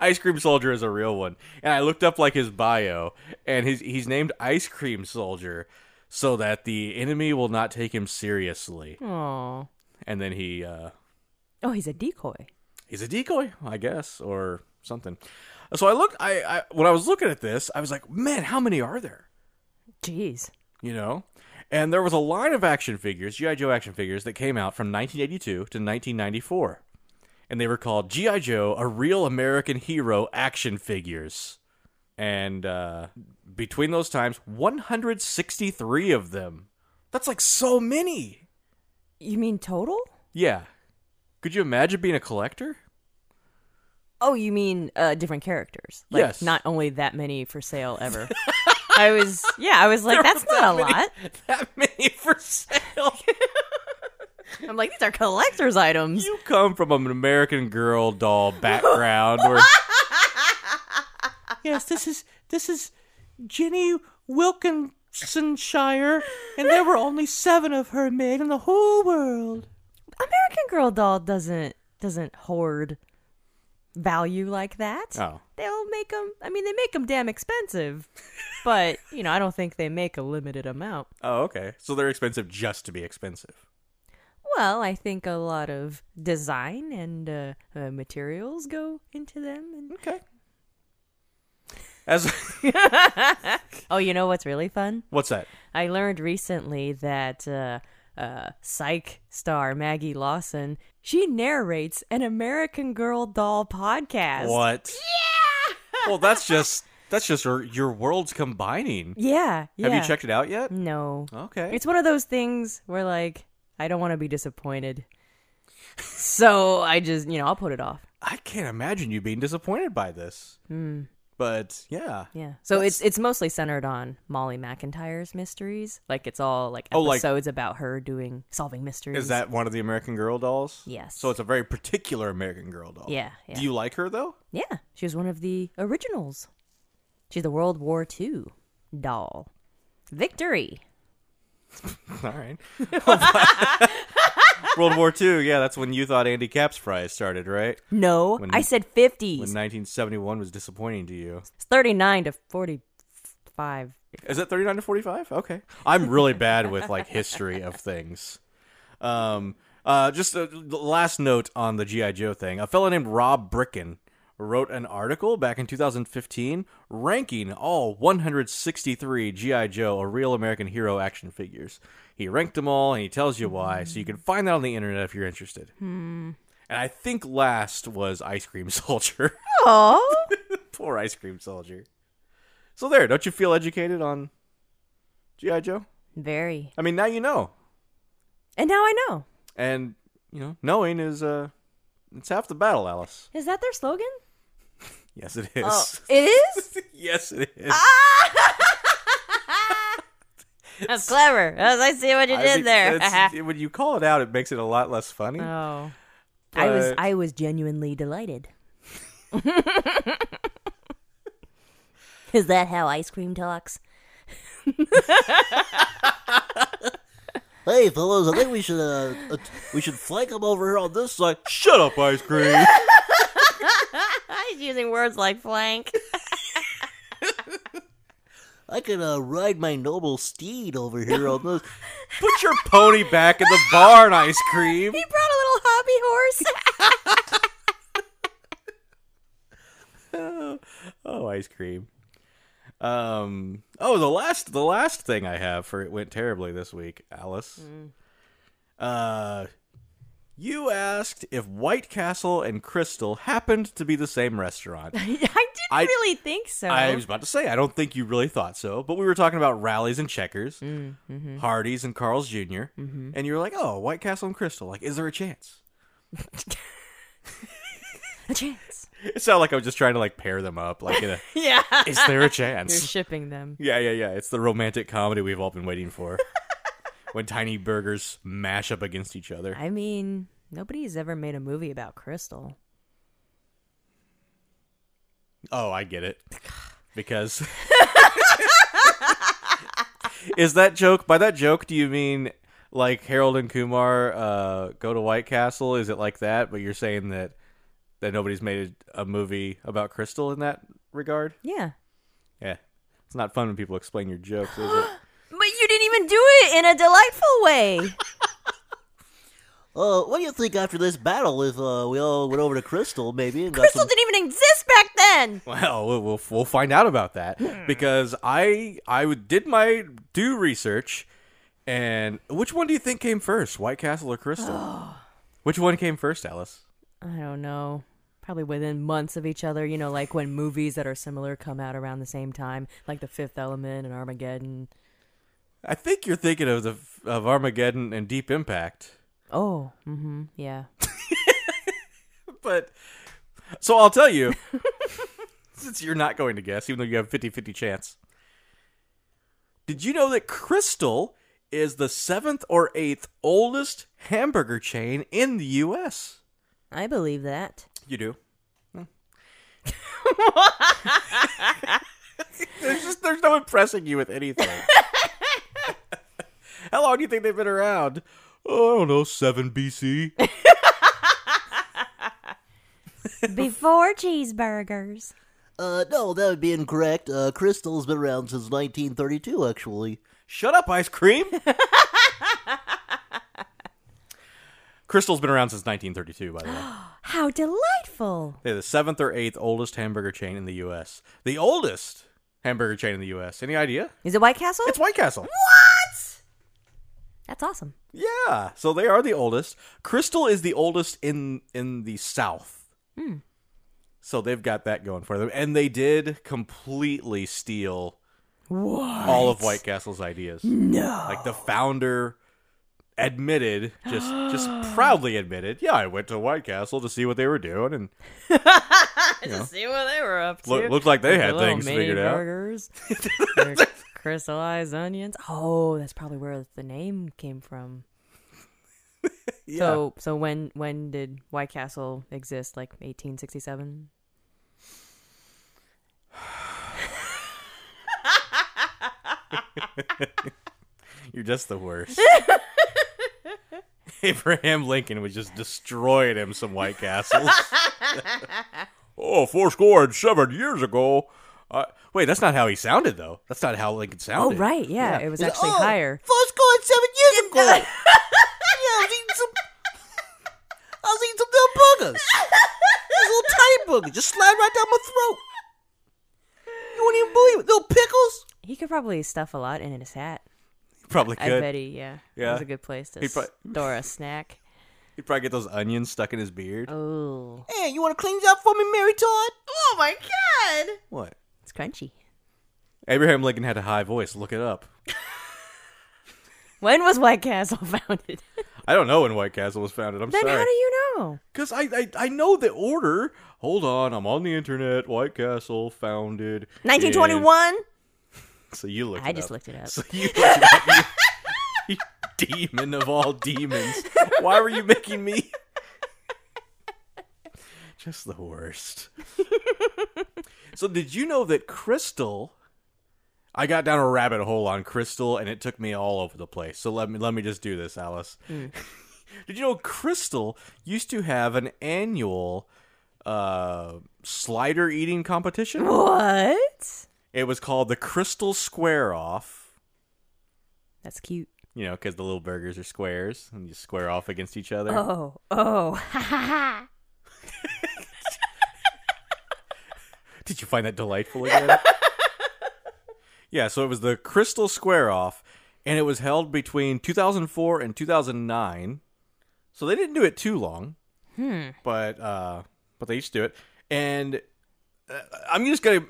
[SPEAKER 2] Ice Cream Soldier is a real one. And I looked up like his bio and he's he's named Ice Cream Soldier so that the enemy will not take him seriously.
[SPEAKER 1] Oh.
[SPEAKER 2] And then he uh
[SPEAKER 1] Oh, he's a decoy.
[SPEAKER 2] he's a decoy, I guess, or something. So I looked I, I when I was looking at this, I was like, "Man, how many are there?"
[SPEAKER 1] Jeez.
[SPEAKER 2] you know? And there was a line of action figures, G.I. Joe action figures, that came out from 1982 to 1994. And they were called G.I. Joe, a real American hero action figures. And uh, between those times, 163 of them. That's like so many.
[SPEAKER 1] You mean total?
[SPEAKER 2] Yeah. Could you imagine being a collector?
[SPEAKER 1] Oh, you mean uh, different characters? Like,
[SPEAKER 2] Yes.
[SPEAKER 1] Not only that many for sale ever. I was, yeah, I was like, that's not a lot.
[SPEAKER 2] That many for sale.
[SPEAKER 1] I'm like, these are collector's items.
[SPEAKER 2] You come from an American Girl doll background, where yes, this is this is Jenny Wilkinsonshire, and there were only seven of her made in the whole world.
[SPEAKER 1] American Girl doll doesn't doesn't hoard value like that.
[SPEAKER 2] Oh,
[SPEAKER 1] They'll make them. I mean, they make them damn expensive, but you know, I don't think they make a limited amount.
[SPEAKER 2] oh, okay. So they're expensive just to be expensive.
[SPEAKER 1] Well, I think a lot of design and uh, uh, materials go into them. And...
[SPEAKER 2] Okay. As
[SPEAKER 1] Oh, you know what's really fun?
[SPEAKER 2] what's that?
[SPEAKER 1] I learned recently that uh, uh, Psych star Maggie Lawson she narrates an American Girl doll podcast.
[SPEAKER 2] What? Yeah. Well, that's just that's just your, your worlds combining.
[SPEAKER 1] Yeah, yeah. Mm.
[SPEAKER 2] Have you checked Oh. it out yet?
[SPEAKER 1] No.
[SPEAKER 2] Okay.
[SPEAKER 1] It's one of those things where like I don't want to be disappointed. So I just, you know, I'll put it off.
[SPEAKER 2] I can't imagine you being disappointed by this. But yeah.
[SPEAKER 1] Hmm. Yeah. So it's it's mostly centered on Molly McIntyre's mysteries. Like it's all like
[SPEAKER 2] Oh, like-
[SPEAKER 1] episodes about her doing solving mysteries.
[SPEAKER 2] Is that one of the American Girl dolls?
[SPEAKER 1] Yes.
[SPEAKER 2] So it's a very particular American Girl doll.
[SPEAKER 1] Yeah, yeah.
[SPEAKER 2] Do you like her though?
[SPEAKER 1] Yeah. She was one of the originals. She's the World War II doll. Victory.
[SPEAKER 2] All right. World War II. Yeah, that's when you thought Andy Caps Prize started, right?
[SPEAKER 1] No,
[SPEAKER 2] When-
[SPEAKER 1] I said
[SPEAKER 2] When
[SPEAKER 1] 50s.
[SPEAKER 2] 1971 was disappointing to you.
[SPEAKER 1] It's 39 to 45.
[SPEAKER 2] Is it 39 to 45? Okay. I'm really bad with like history of things. Um, uh, just a last note on the G.I. Joe thing. A fellow named Rob Bricken wrote an article back in 2015 ranking all 163 G.I. Joe, a real American hero action figures. He ranked them all and he tells you why, so you can find that on the internet if you're interested. And I think last was Ice Cream Soldier.
[SPEAKER 1] Oh.
[SPEAKER 2] Poor ice cream soldier. So there, don't you feel educated on G.I. Joe?
[SPEAKER 1] Very.
[SPEAKER 2] I mean, now you know.
[SPEAKER 1] And now I know.
[SPEAKER 2] And, you know, knowing is uh it's half the battle, Alice.
[SPEAKER 1] Is that their slogan?
[SPEAKER 2] Yes it is.
[SPEAKER 1] Oh, Ah, it is?
[SPEAKER 2] yes it is.
[SPEAKER 1] That's clever. I I see what you
[SPEAKER 2] I
[SPEAKER 1] did
[SPEAKER 2] mean,
[SPEAKER 1] there.
[SPEAKER 2] that's- when you call it out it makes it a lot less funny.
[SPEAKER 1] oh. I was
[SPEAKER 2] But-
[SPEAKER 1] I was genuinely delighted. Is that how ice cream talks?
[SPEAKER 2] Hey, fellas, I think we should uh, uh, we should flank them over here on this side. Shut up, ice cream.
[SPEAKER 1] He's using words like flank.
[SPEAKER 3] I could uh, ride my noble steed over here on this.
[SPEAKER 2] Put your pony back in the barn, ice cream.
[SPEAKER 1] He brought a little hobby horse.
[SPEAKER 2] Oh, ice cream. Um. Oh, the last the last thing I have for it went terribly this week, Alice. Uh, you asked if White Castle and Crystal happened to be the same restaurant.
[SPEAKER 1] I didn't
[SPEAKER 2] I-
[SPEAKER 1] really think so.
[SPEAKER 2] I was about to say I don't think you really thought so, but we were talking about rallies and checkers, Hardee's and Carl's junior and you were like, "Oh, White Castle and Crystal. Like, is there a chance?"
[SPEAKER 1] a chance.
[SPEAKER 2] It sounded like I was just trying to like pair them up. Like, in a,
[SPEAKER 1] Yeah.
[SPEAKER 2] is there a
[SPEAKER 1] You're
[SPEAKER 2] chance?
[SPEAKER 1] shipping them.
[SPEAKER 2] Yeah, yeah, yeah. It's the romantic comedy we've all been waiting for. when tiny burgers mash up against each other.
[SPEAKER 1] I mean, nobody's ever made a movie about Crystal.
[SPEAKER 2] Oh, I get it. Because Is that joke by that joke do you mean like Harold and Kumar uh, go to White Castle? Is it like that? But you're saying that that nobody's made a, a movie about Crystal in that regard?
[SPEAKER 1] Yeah.
[SPEAKER 2] Yeah. It's not fun when people explain your jokes, is it?
[SPEAKER 1] But you didn't even do it in a delightful way.
[SPEAKER 3] Uh, what do you think after this battle if uh, we all went over to Crystal maybe and got
[SPEAKER 1] Crystal
[SPEAKER 3] some?
[SPEAKER 1] didn't even exist back then.
[SPEAKER 2] Well, we'll we'll, we'll find out about that because I I would- did my due research, and which one do you think came first, White Castle or Crystal? which one came first, Alice?
[SPEAKER 1] I don't know. Probably within months of each other, you know, like when movies that are similar come out around the same time, like The Fifth Element and Armageddon.
[SPEAKER 2] I think you're thinking of the of Armageddon and Deep Impact,
[SPEAKER 1] Oh, mm-hmm, yeah.
[SPEAKER 2] but so I'll tell you since you're not going to guess, even though you have a 50-50 chance. Did you know that Crystal is the seventh or eighth oldest hamburger chain in the U.S.?
[SPEAKER 1] I believe that.
[SPEAKER 2] You do. there's just there's no impressing you with anything. How long do you think they've been around? Oh, I don't know, seven BC.
[SPEAKER 1] Before cheeseburgers.
[SPEAKER 3] Uh, no, that would be incorrect. Uh, Crystal's been around since 1932, actually.
[SPEAKER 2] Shut up, ice cream. Crystal's been around since 1932, by the way.
[SPEAKER 1] How delightful.
[SPEAKER 2] They're the seventh or eighth oldest hamburger chain in the U.S. The oldest hamburger chain in the U.S. Any idea?
[SPEAKER 1] Is it White Castle?
[SPEAKER 2] It's White Castle.
[SPEAKER 1] That's awesome.
[SPEAKER 2] Yeah, so they are the oldest. Crystal is the oldest in in the South. So they've got that going for them, and they did completely steal all of White Castle's ideas. No, like the founder admitted, just just proudly admitted, yeah, I went to White Castle to see what they were doing, and
[SPEAKER 1] See what they were up to.
[SPEAKER 2] loo- looked like oh, they had things figured out.
[SPEAKER 1] burgers. crystallized onions. Oh, that's probably where the name came from.
[SPEAKER 2] Yeah.
[SPEAKER 1] So, so when when did White Castle exist? Like 1867.
[SPEAKER 2] You're just the worst. Abraham Lincoln was just destroying him some White Castles. oh, four score and seven years ago. Uh, wait, that's not how he sounded, though. That's not how Lincoln
[SPEAKER 1] Oh,
[SPEAKER 2] sounded.
[SPEAKER 1] right. Yeah, it was actually
[SPEAKER 3] oh,
[SPEAKER 1] higher.
[SPEAKER 3] First score in seven years ago! yeah, I was eating some. I was eating some little burgers! These little tiny burgers just slide right down my throat! You wouldn't even believe it! Little pickles!
[SPEAKER 1] He could probably stuff a lot in his hat.
[SPEAKER 2] Probably
[SPEAKER 1] I
[SPEAKER 2] could.
[SPEAKER 1] bet he. Yeah. It
[SPEAKER 2] Yeah.
[SPEAKER 1] was a good place to
[SPEAKER 2] He'd prob-
[SPEAKER 1] store a snack.
[SPEAKER 2] He'd probably get those onions stuck in his beard.
[SPEAKER 1] Oh,
[SPEAKER 3] Hey, you want to clean this up for me, Mary Todd?
[SPEAKER 1] oh my god!
[SPEAKER 2] What?
[SPEAKER 1] It's crunchy.
[SPEAKER 2] Abraham Lincoln had a high voice. Look it up.
[SPEAKER 1] When was White Castle founded?
[SPEAKER 2] I don't know when White Castle was founded. I'm
[SPEAKER 1] then
[SPEAKER 2] sorry.
[SPEAKER 1] how do you know?
[SPEAKER 2] Because I, I I know the order. Hold on, I'm on the internet. White Castle founded in-
[SPEAKER 1] 1921.
[SPEAKER 2] So you looked.
[SPEAKER 1] I
[SPEAKER 2] it
[SPEAKER 1] just
[SPEAKER 2] up.
[SPEAKER 1] looked it up.
[SPEAKER 2] So you, looked it up, you- you demon of all demons. Why were you making me? Just the worst. so, did you know that Crystal? I got down a rabbit hole on Crystal, and it took me all over the place. So let me let me just do this, Alice.
[SPEAKER 1] Mm.
[SPEAKER 2] did you know Crystal used to have an annual uh, slider eating competition?
[SPEAKER 1] What?
[SPEAKER 2] It was called the Crystal Square Off.
[SPEAKER 1] That's cute.
[SPEAKER 2] You know, because the little burgers are squares, and you square off against each other.
[SPEAKER 1] Oh, oh, ha ha ha.
[SPEAKER 2] Did you find that delightful again? yeah, so it was the Crystal Square Off, and it was held between 2004 and 2009. So they didn't do it too long, hmm. but uh, but they used to do it. And uh, I'm just gonna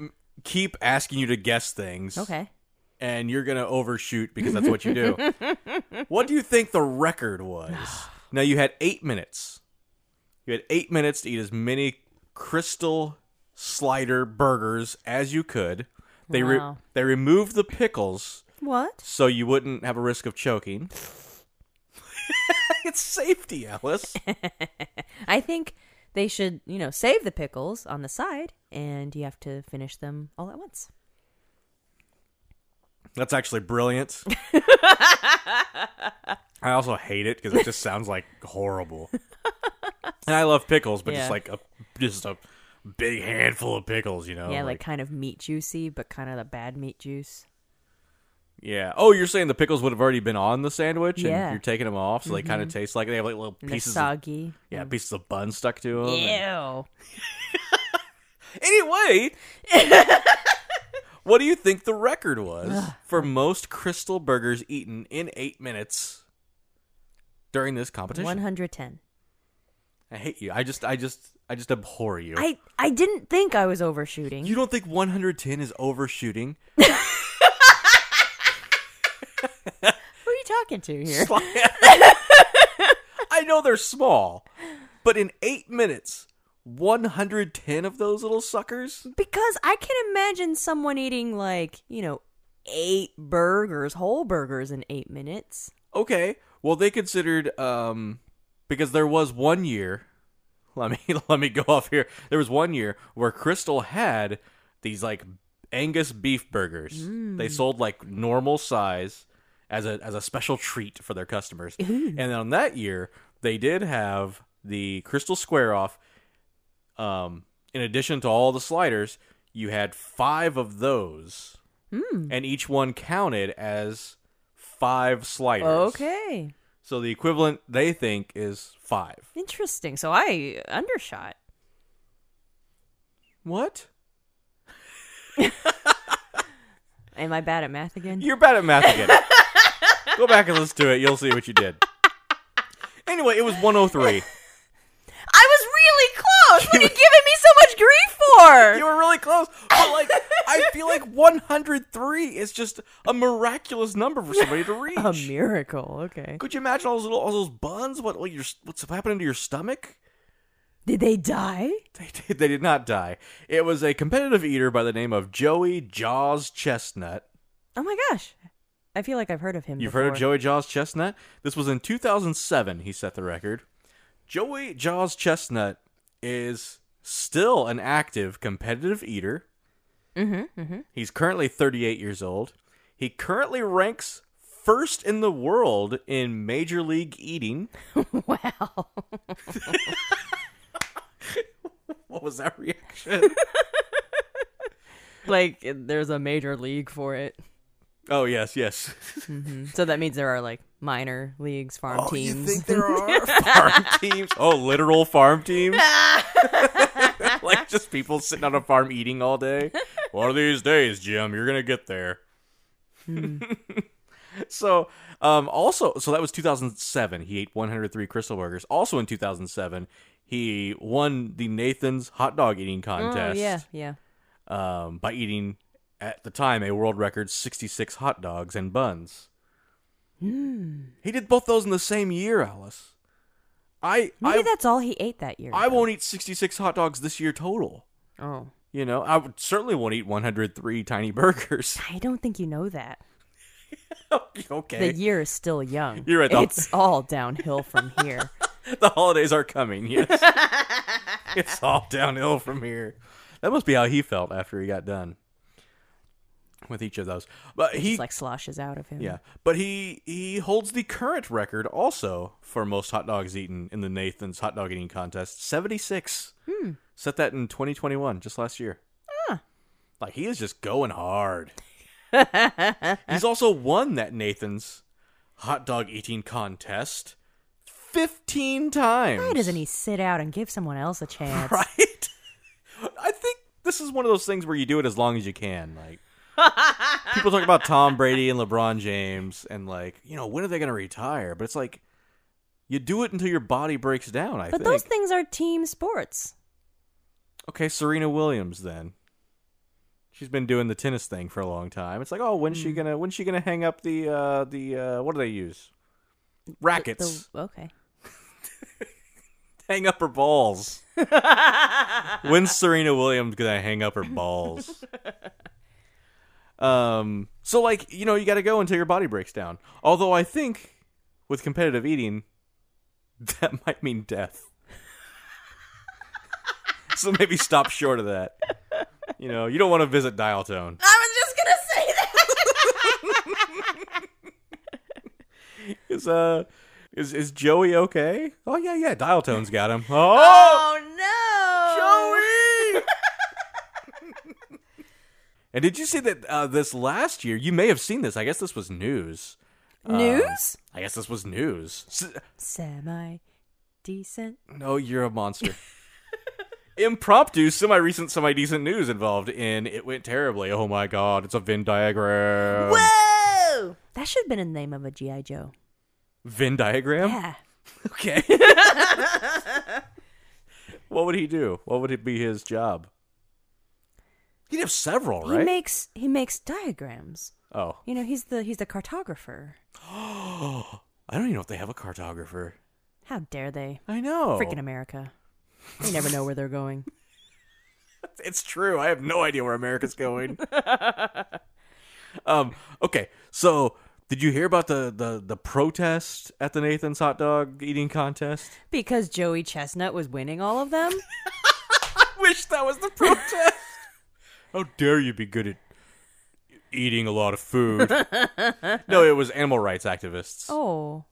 [SPEAKER 2] keep asking you to guess things,
[SPEAKER 1] Okay.
[SPEAKER 2] And you're gonna overshoot because that's what you do. what do you think the record was? Now you had eight minutes. You had eight minutes to eat as many crystal slider burgers as you could. They re-
[SPEAKER 1] Wow.
[SPEAKER 2] they removed the pickles
[SPEAKER 1] What?
[SPEAKER 2] so you wouldn't have a risk of choking. it's safety, Alice.
[SPEAKER 1] I think they should, you know, save the pickles on the side, and you have to finish them all at once.
[SPEAKER 2] That's actually brilliant. I also hate it because it just sounds like horrible. And I love pickles, but
[SPEAKER 1] Yeah.
[SPEAKER 2] just like a just a big handful of pickles, you know.
[SPEAKER 1] yeah, like kind of meat juicy, but kind of the bad meat juice.
[SPEAKER 2] yeah. Oh, you're saying the pickles would have already been on the sandwich,
[SPEAKER 1] Yeah. Mm-hmm.
[SPEAKER 2] and you're taking them off, so they kind of taste like they have like little
[SPEAKER 1] And
[SPEAKER 2] pieces.
[SPEAKER 1] they're
[SPEAKER 2] Of,
[SPEAKER 1] soggy.
[SPEAKER 2] yeah, pieces of bun stuck to them.
[SPEAKER 1] Ew.
[SPEAKER 2] Anyway, what do you think the record was for most crystal burgers eaten in eight minutes during this competition?
[SPEAKER 1] 110.
[SPEAKER 2] I hate you. I just, I just, I just abhor you.
[SPEAKER 1] I, I didn't think I was overshooting.
[SPEAKER 2] you don't think 110 is overshooting?
[SPEAKER 1] Who are you talking to here?
[SPEAKER 2] I know they're small, but in eight minutes, 110 of those little suckers.
[SPEAKER 1] Because I can imagine someone eating like, you know, eight burgers, whole burgers in eight minutes.
[SPEAKER 2] Okay. Well, they considered um because there was one year. Let me let me go off here. There was one year where Crystal had these like Angus beef burgers. They sold like normal size as a as a special treat for their customers. And on that year, they did have the Crystal Square off um in addition to all the sliders, you had 5 of those. And each one counted as five sliders.
[SPEAKER 1] Okay.
[SPEAKER 2] So the equivalent they think is five.
[SPEAKER 1] Interesting. So I undershot.
[SPEAKER 2] What?
[SPEAKER 1] Am I bad at math again?
[SPEAKER 2] You're bad at math again. Go back and listen to it. You'll see what you did. Anyway, it was 103.
[SPEAKER 1] I was really close. What are you giving me so much grief
[SPEAKER 2] You were really close, but like I feel like 103 is just a miraculous number for somebody to reach.
[SPEAKER 1] for? A miracle. Okay.
[SPEAKER 2] Could you imagine all those little, all those buns? What, what your, what's happening to your stomach?
[SPEAKER 1] Did they die?
[SPEAKER 2] They did, they did not die. It was a competitive eater by the name of Joey Jaws Chestnut.
[SPEAKER 1] Oh my gosh. I feel like I've heard of him.
[SPEAKER 2] You've heard of
[SPEAKER 1] before.
[SPEAKER 2] Joey Jaws Chestnut? This was in 2007 he set the record. Joey Jaws Chestnut is still an active competitive eater. Mm-hmm, He's currently 38 years old. He currently ranks first in the world in Major League Eating.
[SPEAKER 1] Wow.
[SPEAKER 2] What was that reaction?
[SPEAKER 1] like there's a major league for it.
[SPEAKER 2] oh, yes, yes.
[SPEAKER 1] So that means there are like minor leagues, farm
[SPEAKER 2] Oh, you
[SPEAKER 1] teams.
[SPEAKER 2] think there are farm teams? Oh, literal farm teams? like just people sitting on a farm eating all day? One of these days, Jim, you're going to get there. so, um, also, so that was 2007. He ate 103 Crystal Burgers. Also in 2007, he won the Nathan's hot dog eating
[SPEAKER 1] oh,
[SPEAKER 2] contest
[SPEAKER 1] yeah, yeah.
[SPEAKER 2] um, by eating, at the time, a world record 66 hot dogs and buns.
[SPEAKER 1] Hmm.
[SPEAKER 2] He did both those in the same year, Alice. I
[SPEAKER 1] Maybe
[SPEAKER 2] I,
[SPEAKER 1] that's all he ate that year.
[SPEAKER 2] I won't eat 66 hot dogs this year total.
[SPEAKER 1] oh,
[SPEAKER 2] You know, I would- certainly won't eat 103 tiny burgers.
[SPEAKER 1] I don't think you know that.
[SPEAKER 2] okay.
[SPEAKER 1] The year is still young.
[SPEAKER 2] You're right, though.
[SPEAKER 1] It's all downhill from here.
[SPEAKER 2] the holidays are coming. Yes, it's all downhill from here. That must be how he felt after he got done with each of those. But he,
[SPEAKER 1] It's like sloshes out of him.
[SPEAKER 2] yeah, but he he holds the current record also for most hot dogs eaten in the Nathan's hot dog eating contest, seventy six. Set that in twenty twenty one, just last year. Like he is just going hard. He's also won that Nathan's hot dog eating contest fifteen times.
[SPEAKER 1] Why doesn't he sit out and give someone else a chance?
[SPEAKER 2] Right? I think this is one of those things where you do it as long as you can. Like people talk about Tom Brady and LeBron James and like, you know, when are they going to retire? But it's like you do it until your body breaks down, I
[SPEAKER 1] But
[SPEAKER 2] think.
[SPEAKER 1] those things are team sports.
[SPEAKER 2] okay, Serena Williams then. She's been doing the tennis thing for a long time. It's like, "Oh, when's
[SPEAKER 1] Hmm.
[SPEAKER 2] she going to when's she going to hang up the uh the uh what do they use? Rackets.
[SPEAKER 1] The, okay.
[SPEAKER 2] hang up her balls. When's Serena Williams gonna hang up her balls? um, so like you know, you got to go until your body breaks down. Although I think with competitive eating, that might mean death. so maybe stop short of that. You know, you don't want to visit dial tone.
[SPEAKER 1] I was just gonna say that.
[SPEAKER 2] Is uh, is is Joey okay? Oh yeah, yeah, dial tone's got him. Oh.
[SPEAKER 1] Oh, no,
[SPEAKER 2] And did you see that uh, this last year? You may have seen this. I guess this was news. Um,
[SPEAKER 1] News?
[SPEAKER 2] I guess this was news. S-
[SPEAKER 1] Semi decent.
[SPEAKER 2] no, you're a monster. Impromptu, semi recent, semi decent news involved in It Went Terribly. Oh my god, it's a Venn diagram.
[SPEAKER 1] Whoa! That should have been a name of a GI Joe.
[SPEAKER 2] Venn diagram?
[SPEAKER 1] Yeah.
[SPEAKER 2] Okay. what would he do? What would it be his job? He'd have several, right?
[SPEAKER 1] He makes he makes diagrams.
[SPEAKER 2] oh.
[SPEAKER 1] You know, he's the he's the cartographer.
[SPEAKER 2] I don't even know if they have a cartographer.
[SPEAKER 1] How dare they?
[SPEAKER 2] I know.
[SPEAKER 1] Freaking America. You never know where they're going.
[SPEAKER 2] It's true. I have no idea where America's going. um, okay, so did you hear about the, the, the protest at the Nathan's hot dog eating contest?
[SPEAKER 1] Because Joey Chestnut was winning all of them?
[SPEAKER 2] Wish that was the protest. How dare you be good at eating a lot of food? no, it was animal rights activists
[SPEAKER 1] Oh.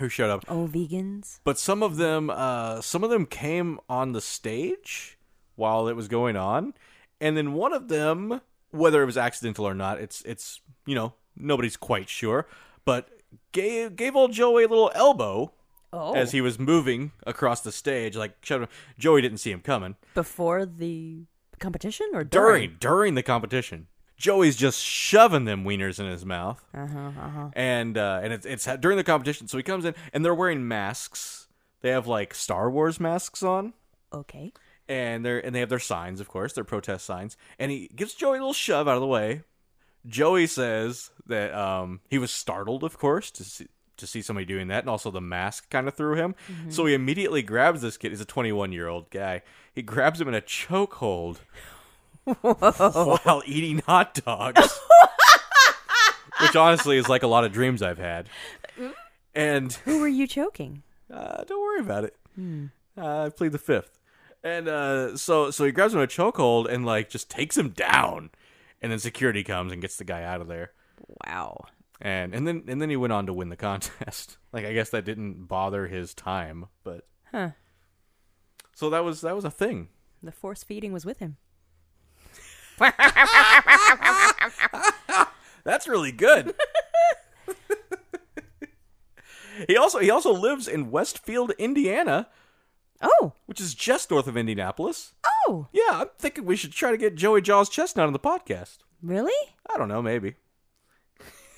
[SPEAKER 2] who showed up.
[SPEAKER 1] Oh, vegans?
[SPEAKER 2] but some of them uh, some of them came on the stage while it was going on and then one of them whether it was accidental or not it's it's you know nobody's quite sure but gave gave old joey a little elbow
[SPEAKER 1] Oh.
[SPEAKER 2] as he was moving across the stage like shut up. joey didn't see him coming
[SPEAKER 1] Before the competition or during?
[SPEAKER 2] during during the competition joey's just shoving them wieners in his mouth
[SPEAKER 1] Uh-huh, uh-huh.
[SPEAKER 2] and uh, and it's, it's during the competition so he comes in and they're wearing masks they have like star wars masks on
[SPEAKER 1] Okay.
[SPEAKER 2] and they're and they have their signs, of course, their protest signs. And he gives Joey a little shove out of the way. Joey says that um, he was startled, of course, to see, to see somebody doing that, and also the mask kind of threw him. So he immediately grabs this kid. He's a 21 year old guy. He grabs him in a chokehold while eating hot dogs, which honestly is like a lot of dreams I've had. And
[SPEAKER 1] Who were you choking?
[SPEAKER 2] uh, don't worry about it. Uh, I plead the fifth. And uh, so so he grabs him in a chokehold and like just takes him down. And then security comes and gets the guy out of there.
[SPEAKER 1] Wow.
[SPEAKER 2] And and then and then he went on to win the contest. like I guess that didn't bother his time, but
[SPEAKER 1] Huh.
[SPEAKER 2] so that was that was a thing.
[SPEAKER 1] The force feeding was with him.
[SPEAKER 2] That's really good. he also he also lives in Westfield, Indiana,
[SPEAKER 1] Oh.
[SPEAKER 2] which is just north of Indianapolis.
[SPEAKER 1] Oh.
[SPEAKER 2] Yeah, I'm thinking we should try to get Joey Jaws Chestnut on the podcast.
[SPEAKER 1] Really?
[SPEAKER 2] I don't know, maybe.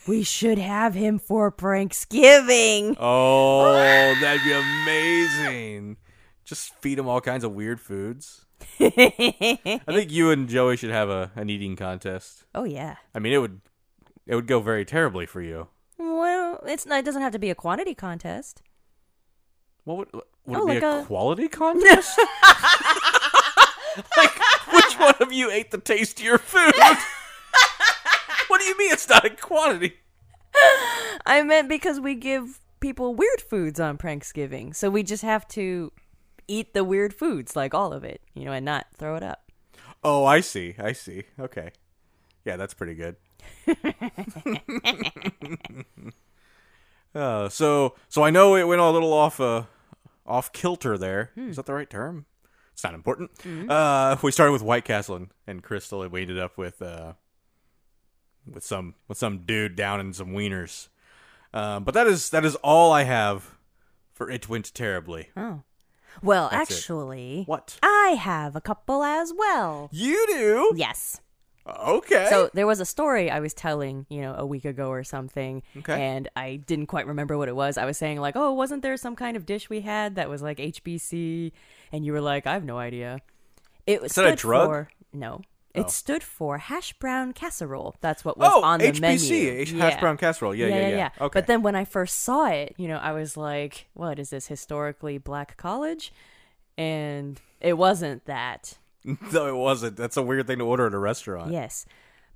[SPEAKER 1] We should have him for Pranksgiving.
[SPEAKER 2] Oh, that'd be amazing. Just feed them all kinds of weird foods. I think you and Joey should have a an eating contest.
[SPEAKER 1] Oh yeah.
[SPEAKER 2] I mean, it would it would go very terribly for you.
[SPEAKER 1] Well, it's not, it doesn't have to be a quantity contest.
[SPEAKER 2] What would would
[SPEAKER 1] Oh,
[SPEAKER 2] it be
[SPEAKER 1] like
[SPEAKER 2] a,
[SPEAKER 1] a-
[SPEAKER 2] quality contest? like which one of you ate the tastier food? what do you mean it's not a quantity?
[SPEAKER 1] I meant because we give people weird foods on Pranksgiving. So we just have to eat the weird foods, like all of it, you know, and not throw it up.
[SPEAKER 2] Oh, I see. I see. Okay. Yeah, that's pretty good. uh, so so I know it went a little off uh, off kilter there. Is that the right term? It's not important. Uh, we started with White Castle and, and Crystal, and we ended up with uh, with some with some dude down in some wieners. Um, but that is that is all I have for it went terribly.
[SPEAKER 1] Oh. Well,
[SPEAKER 2] That's it.
[SPEAKER 1] actually,
[SPEAKER 2] What
[SPEAKER 1] I have a couple as well.
[SPEAKER 2] you do?
[SPEAKER 1] Yes.
[SPEAKER 2] Okay.
[SPEAKER 1] So there was a story I was telling, you know, a week ago or something,
[SPEAKER 2] Okay.
[SPEAKER 1] and I didn't quite remember what it was. I was saying like, "Oh, wasn't there some kind of dish we had that was like HBC?" And you were like, "I have no idea." It was
[SPEAKER 2] Is that a
[SPEAKER 1] stood
[SPEAKER 2] drug?
[SPEAKER 1] for no. It
[SPEAKER 2] Oh.
[SPEAKER 1] stood for hash brown casserole. That's what was
[SPEAKER 2] oh,
[SPEAKER 1] on the
[SPEAKER 2] HBC,
[SPEAKER 1] menu.
[SPEAKER 2] H-
[SPEAKER 1] Yeah.
[SPEAKER 2] hash brown casserole. Yeah, yeah, yeah. Okay.
[SPEAKER 1] But then when I first saw it, you know, I was like, "What is this historically black college?" And it wasn't that.
[SPEAKER 2] no, it wasn't. That's a weird thing to order at a restaurant.
[SPEAKER 1] Yes.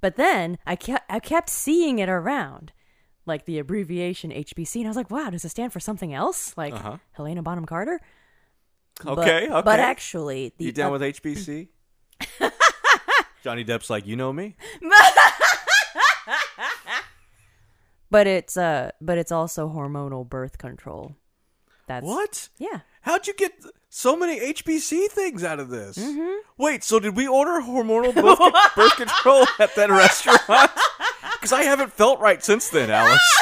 [SPEAKER 1] But then I kept I kept seeing it around, like the abbreviation HBC, and I was like, "Wow, does it stand for something else?" Like Helena Bonham Carter. But-
[SPEAKER 2] Uh-huh. Okay, okay.
[SPEAKER 1] But actually, uh, the
[SPEAKER 2] you down with HBC? Johnny Depp's like, you know me.
[SPEAKER 1] but it's uh but it's also hormonal birth control. That's
[SPEAKER 2] What?
[SPEAKER 1] Yeah.
[SPEAKER 2] How'd you get so many HBC things out of this?
[SPEAKER 1] Mm-hmm.
[SPEAKER 2] Wait, so did we order hormonal birth, birth control at that restaurant? Because I haven't felt right since then, Alice.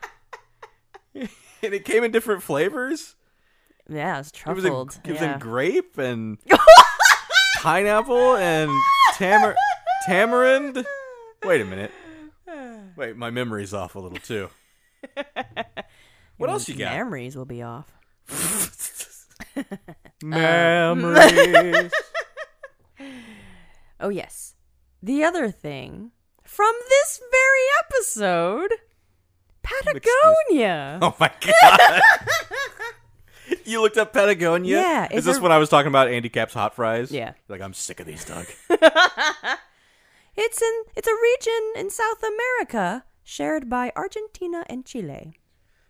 [SPEAKER 2] and it came in different flavors.
[SPEAKER 1] Yeah, it's
[SPEAKER 2] It was, in,
[SPEAKER 1] truffled.
[SPEAKER 2] it was
[SPEAKER 1] yeah.
[SPEAKER 2] in grape and pineapple and tamar- tamarind. Wait a minute. Wait, my memory's off a little too. What else you got?
[SPEAKER 1] Memories will be off. Uh.
[SPEAKER 2] Memories.
[SPEAKER 1] Oh yes. The other thing from this very episode, Patagonia.
[SPEAKER 2] oh my god. You looked up Patagonia?
[SPEAKER 1] Yeah,
[SPEAKER 2] Is
[SPEAKER 1] it's
[SPEAKER 2] this
[SPEAKER 1] a-
[SPEAKER 2] when I was talking about Andy Cap's hot fries?
[SPEAKER 1] Yeah.
[SPEAKER 2] Like I'm sick of these, Doug.
[SPEAKER 1] It's in it's a region in South America shared by Argentina and Chile.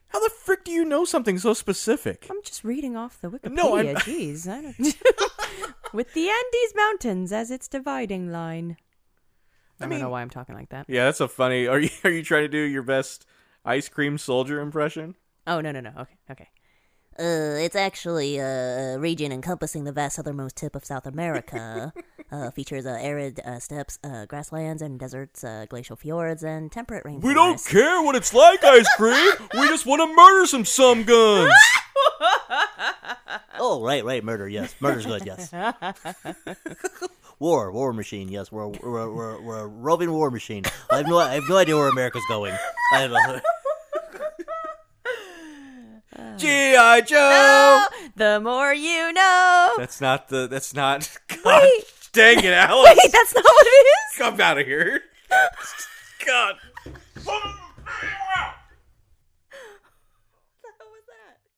[SPEAKER 2] How the frick do you know something so specific?
[SPEAKER 1] I'm just reading off the Wikipedia.
[SPEAKER 2] No, I'm-
[SPEAKER 1] Jeez, I don't. With the Andes Mountains as its dividing line. I, don't know why I'm talking like that.
[SPEAKER 2] Yeah, that's a funny. Are you are you trying to do your best ice cream soldier impression?
[SPEAKER 1] Oh no no no. Okay okay.
[SPEAKER 4] Uh, it's actually a region encompassing the vast southernmost tip of South America. uh, features uh, arid uh, steppes, uh, grasslands, and deserts, uh, glacial fjords, and temperate rainforests.
[SPEAKER 2] We don't care what it's like, ice cream. We just want to murder some some guns.
[SPEAKER 3] Oh, right, right. Murder, yes. Murder's good, yes. war, war machine, yes. We're, we're, we're, we're a roving war machine. I have no, I have no idea where America's going. I don't know.
[SPEAKER 2] GI Joe.
[SPEAKER 1] The more you know.
[SPEAKER 2] That's not the. That's not. God dang it, Alice!
[SPEAKER 1] Wait, that's not what it is.
[SPEAKER 2] Come out of here. God.